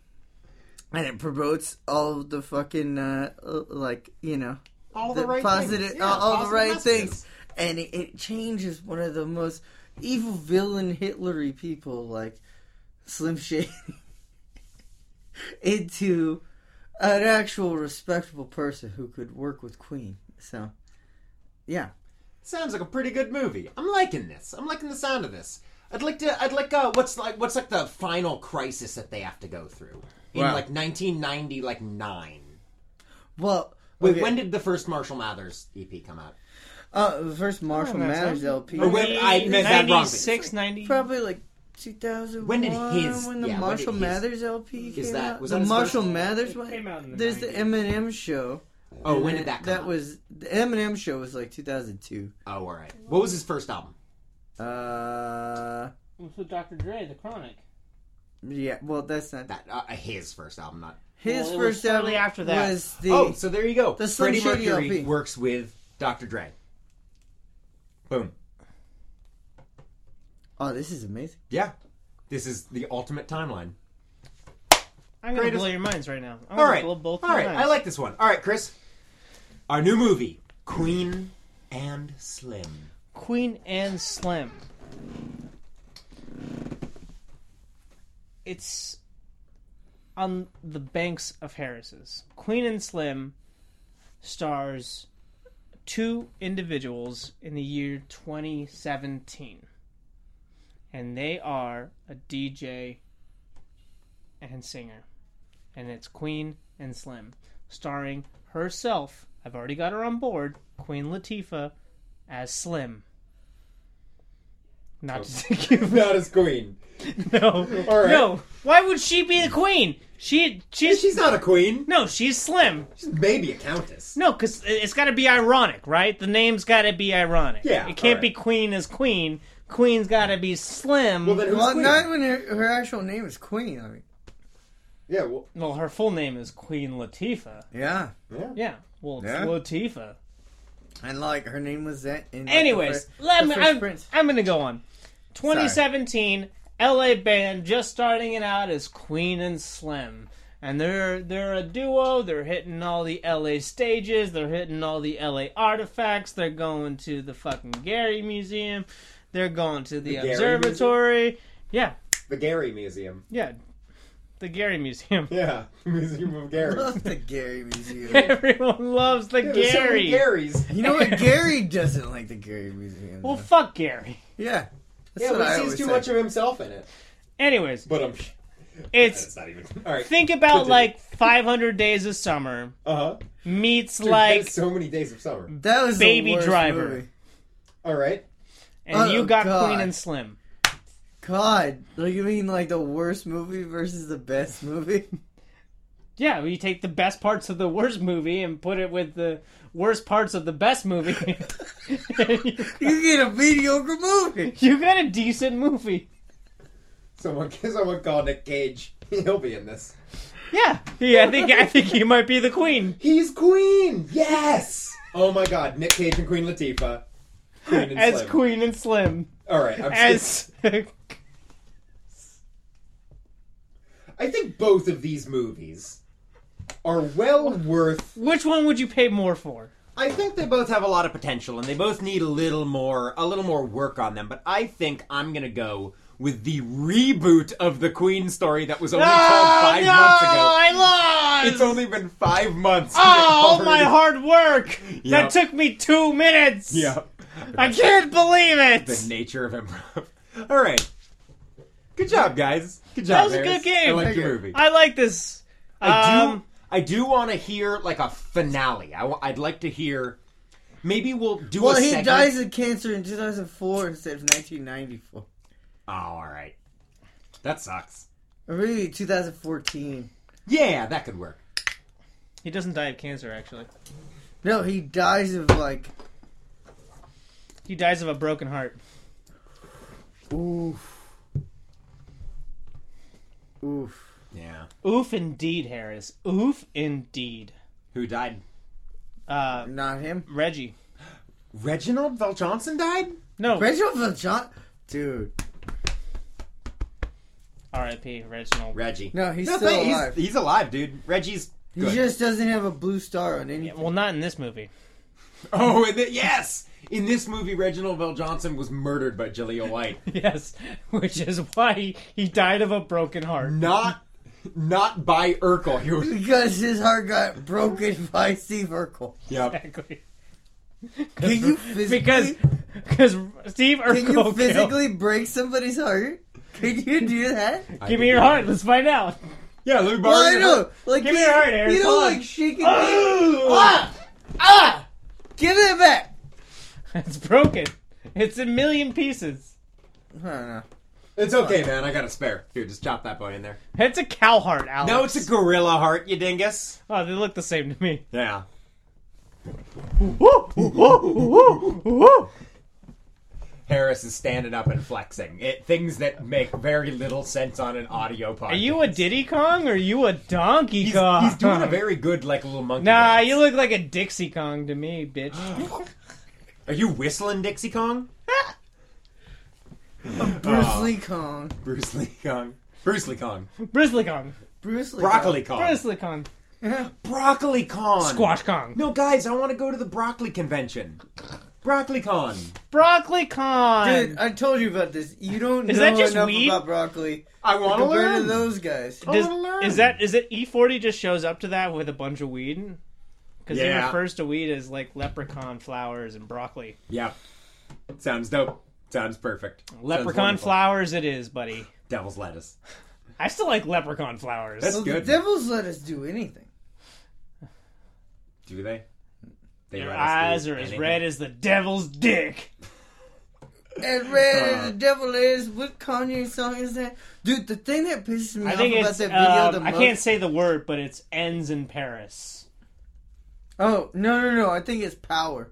And it promotes all of the fucking uh, uh, like, you know, all the positive- all- all the right things. and it, it changes one of the most evil villain Hitlery people like Slim Shady *laughs* into an actual respectable person who could work with Queen. So, yeah. Sounds like a pretty good movie. I'm liking this. I'm liking the sound of this. I'd like to. I'd like. Uh, what's like? What's like the final crisis that they have to go through in Wow. like 1990, like nine. Well, Wait, okay. when did the first Marshall Mathers EP come out? Uh, the first Oh, Marshall Oh, that's Mathers right. LP. Or when- Oh, I meant that wrong. 96, 90. Probably like 2001. When did his- When the yeah, when did Marshall his- Mathers LP is came that- out. was the that his Marshall first- Mathers It one. came out in the There's the 90s. Eminem show. Oh, when And did that come That out? was the Eminem show was like 2002. Oh, all right. What was his first album? Uh, With Dr. Dre, The Chronic. yeah. Well, that's not That uh, his first album, not. Well, his it was first album. shortly after that. was the oh, so there you go. the Slim Freddie Shady Mercury LP. works with Dr. Dre. Boom. oh, this is amazing. Yeah. This is the ultimate timeline. I'm going to Greatest- blow your minds right now. Oh, I'm All gonna right. Blow both All your right. minds. I like this one. All right, Chris. Our new movie, Queen and Slim. Queen and Slim. It's on the banks of Harris's. Queen and Slim stars two individuals in the year 2017. And they are a DJ and singer. And it's Queen and Slim, starring herself. I've already got her on board, Queen Latifah, as Slim. Not to *laughs* give Not as queen. *laughs* no. All right. No. Why would she be the queen? She she's, She's not a queen. no, she's slim. She's maybe a countess. No, cuz it's got to be ironic, right? The name's got to be ironic. Yeah, It can't all be queen as queen. Queen's got to be slim. Well, then who's Well, queen? not when her, her actual name is Queen. I mean, Yeah, well, Well, her full name is Queen Latifah. yeah, Yeah. Well, it's Yeah. Latifah. and like her name was that. In, like, the Anyways, fir- let the me. first I'm, Prince. I'm going to go on. 2017 LA band just starting it out as Queen and Slim, and they're they're a duo. They're hitting all the LA stages. They're hitting all the LA artifacts. They're going to the fucking Gary Museum. They're going to the, Gary observatory. Yeah, the Gary Museum. yeah, the Gary Museum. Yeah, *laughs* Museum of I Gary. love the Gary Museum. Everyone loves the *laughs* Yeah, there's so many Gary. Garys. you know what? Gary doesn't like the Gary Museum. Well, though. fuck Gary. yeah, that's Yeah, what but I he always sees too say. much of himself in it. Anyways, But I'm. it's It's not even. All right. think about Continue. like 500 days of summer Uh huh. meets like so many days of summer. That was the Baby worst Driver. movie. All right. and Oh, you got God. Queen and Slim. God, like you mean like the worst movie versus the best movie? *laughs* Yeah, we take the best parts of the worst movie and put it with the worst parts of the best movie. *laughs* you get a mediocre movie. you got a decent movie. Someone, *laughs* someone call Nick Cage. *laughs* He'll be in this. Yeah, yeah. I think I think you might be the queen. He's Queen. Yes. Oh my God, Nick Cage and Queen Latifah. Queen and *laughs* As Slim. Queen and Slim, All right. I'm as *laughs* I think both of these movies are well worth. which one would you pay more for? I think they both have a lot of potential, and they both need a little more, a little more work on them. But I think I'm gonna go with the reboot of the Queen story that was only Oh, called five no, months ago. I lost. It's only been five months. *laughs* Oh, all my Already- hard work! Yep. That took me two minutes! Yeah. I can't believe *laughs* it! The nature of improv. *laughs* All right. Good job, guys. Good job. was a Harris. good game. I like Thank your you. movie. I like this. I do. Um, I do want to hear like a finale. I w- I'd like to hear. Maybe we'll do Well, a he segment. dies of cancer in 2004 instead of 1994. Oh, all right. That sucks. Or maybe 2014. Yeah, that could work. He doesn't die of cancer, actually. No, he dies of like. He dies of a broken heart. Oof. Oof. Yeah. Oof indeed, Harris. Oof indeed. Who died? Uh, Not him. Reggie. Reginald Val Johnson died. No. Reginald Bill John. Dude. R.I.P. Reginald. Reggie. No, he's No, still thank- alive. He's, he's alive, dude. Reggie's. He Good. just doesn't have a blue star on anything. Well, not in this movie. *laughs* Oh, and the, yes. In this movie, Reginald Val Johnson was murdered by Jaleel White. Yes, which is why he, he died of a broken heart. Not, not by Urkel. He *laughs* was. Because his heart got broken by Steve Urkel. Yep. Exactly. Can you physically, Because because Steve Urkel. *laughs* can you killed- physically break somebody's heart? Can you do that? Give me your heart. Let's find *laughs* out. Yeah, Lou Well, I know. Like, Give me you- your heart, Harris. You Hold know, on. like shaking. Ah! Ah! *gasps* Give that back. It's broken. It's in million pieces. I don't know. Oh. It's okay, man. I got a spare. Here, just chop that boy in there. It's a cow heart, Alex. No, it's a gorilla heart, you dingus. Oh, they look the same to me. Yeah. Harris is standing up and flexing. It things that make very little sense on an audio podcast. Are you a Diddy Kong or are you a Donkey He's, Kong? he's doing a very good like little monkey. *laughs* Nah, dance. you look like a Dixie Kong to me, bitch. *gasps* Are you whistling Dixie *laughs* Kong? Bruce Oh. Lee Kong. Bruce Lee Kong. Bruce Lee Kong. Brizzly Kong. Bruce Lee. Broccoli Kong. Brizzly Kong. Broccoli Kong. Squash Kong. No, guys, I want to go to the broccoli convention. BroccoliCon. Broccoli con. *laughs* Dude, I told you about this. You don't Is know that just enough weed? about broccoli I want to compared learn. to those guys. Does- wanna learn. is that is it E40 just shows up to that with a bunch of weed? Because he Yeah. refers to weed as like leprechaun flowers and broccoli. Yeah. Sounds dope. Sounds perfect. Sounds Leprechaun wonderful. flowers, it is, buddy. Devil's lettuce. I still like leprechaun flowers. That's Well, the good. devils let us do anything. Do they? They Your let us do eyes are as anything. red as the devil's dick. And red Uh. as the devil is. What Kanye song is that? Dude, the thing that pisses me I off think about it's. that video the um, I most. can't say the word, but it's ends in Paris. Oh no no no! I think it's power.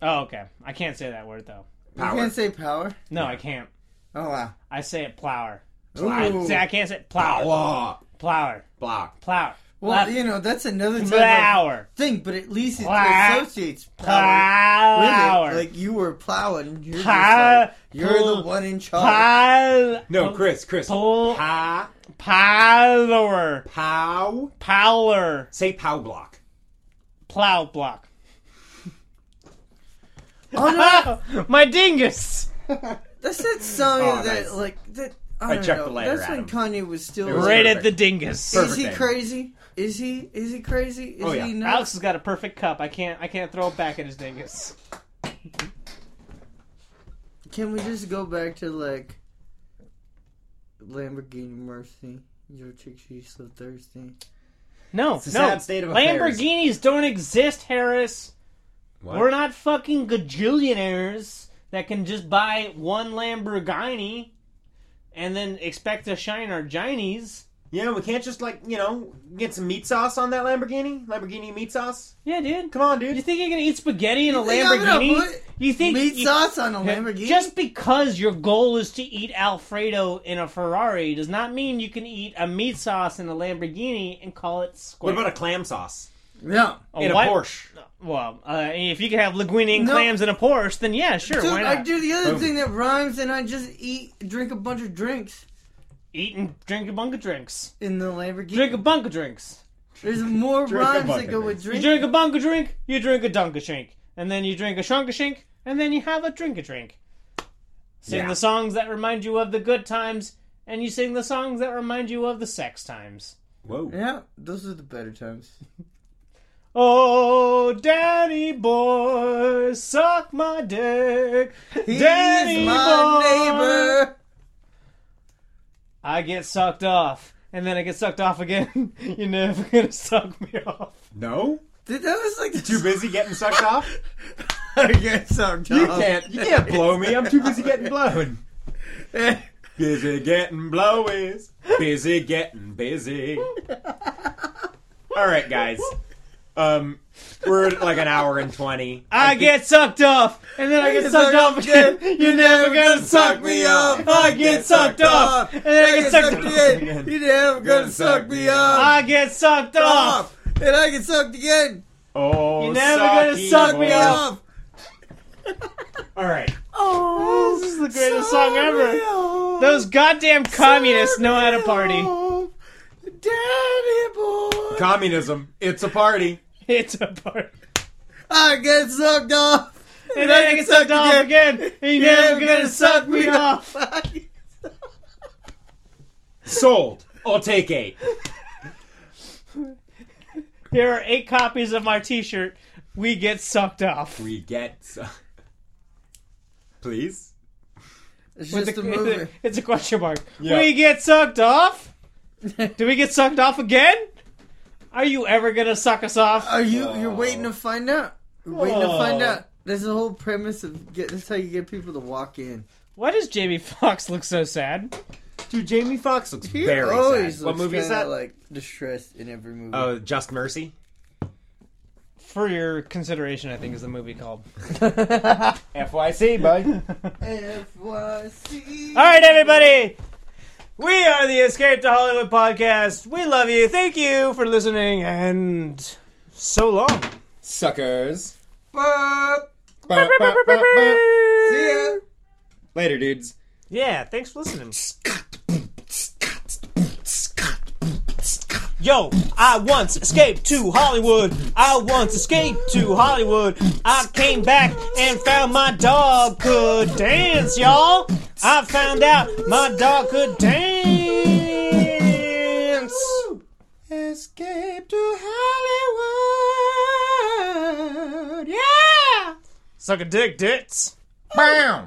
Oh, okay. I can't say that word though. You Power. can't say power. No, I can't. Oh wow. I say it plower. Ooh. See, I can't say plower. Blah. Plower. Blah. Plower. Well, Lep- you know that's another type of Plower. thing, but at least it Plow. associates power with it. Plower. Like you were plowing. You're, just Pow- like, you're pull- the one in charge. Plow. No, Chris, Chris. Pull. Pa. Power. Pow. Power. Say pow *laughs* block. Plow block. Oh no! Ah, My dingus. That's that song Oh, that nice. like that. I, I don't checked know. the letter, That's Adam. when Kanye was still. It was Right perfect. at the dingus. is Perfect. he Adam. crazy? Is he? Is he crazy? Is Oh, yeah. he Alex nuts? has got a perfect cup. I can't. I can't throw it back at his dingus. Can we just go back to like Lamborghini Mercy? Your chick, she's so thirsty. No, It's a no. sad state of affairs. Lamborghinis don't exist, Harris. What? We're not fucking gajillionaires that can just buy one Lamborghini and then expect to shine our genies. Yeah, we can't just like you know get some meat sauce on that Lamborghini. Lamborghini meat sauce. Yeah, dude. Come on, You dude. think you're gonna eat spaghetti in a think I'm gonna Lamborghini? put you think Meat you- sauce on a Lamborghini. Just because your goal is to eat Alfredo in a Ferrari does not mean you can eat a meat sauce in a Lamborghini and call it What square. about a clam sauce no. in a what? Porsche? Well, uh, if you can have linguine and No. clams in a Porsche, then yeah, sure, Dude, why I not? do the other Boom. thing that rhymes, and I just eat, drink a bunch of drinks Eat and drink a bunch of drinks. in the Lamborghini. Drink a bunch of drinks. There's more Drink a rhymes bunch that of go drinks. with You drink. drink a bunker drink, you drink a dunker drink, and then you drink a shunker shink, and then you have a drink a drink. Sing Yeah. the songs that remind you of the good times, and you sing the songs that remind you of the sex times. Whoa. Yeah, those are the better times. Oh, Danny boy, suck my dick. He's Danny boy. my neighbor. I get sucked off, and then I get sucked off again. *laughs* You're never gonna suck me off. No. Dude, that was like the Too busy getting sucked *laughs* off. *laughs* I guess I'm You can't. You can't blow me. I'm too busy getting *laughs* blown. Busy getting blowies. Busy getting busy. All right, guys. Um, we're at like an hour and twenty. I get sucked off, and then I get sucked off again. You're never gonna suck me off. I get sucked off, and then I get sucked off. again. You never gonna suck me off. I get sucked off. off. And I get sucked again. Oh, You're never gonna sucky suck me boy. off. Off. All right. Oh, This is the greatest song ever. Those goddamn communists know how to party. Daddy boy. Communism. It's a party. It's a party. I get sucked off. And then I get sucked off again. And you're never gonna suck me off. Sold. I'll take eight. Here are eight copies of my T-shirt. We get sucked off. We get. *laughs* Su- Please. *laughs* It's With just a the- movie. *laughs* It's a question mark. Yeah. We get sucked off? Do we get sucked off again? Are you ever gonna suck us off? Are you? You're waiting to find out. You're waiting to find Oh. out. There's the whole premise of get. That's how you get people to walk in. Why does Jamie *laughs* Foxx look so sad? Dude, Jamie Foxx looks He very always sad. looks What movie is kinda, that? Like distressed in every movie. Oh, Just Mercy. For your consideration, I think is the movie called. *laughs* FYC, bud. FYC. All right, everybody. We are the Escape to Hollywood podcast. We love you. Thank you for listening, and so long. *laughs* Suckers. Fuck. See ya. Later, dudes. Yeah, thanks for listening. Yo, I once escaped to Hollywood. I once escaped to Hollywood. I came back and found my dog could dance, y'all. I found out my dog could dance. Escape to Hollywood. Yeah. Suck a dick, dits. Bam!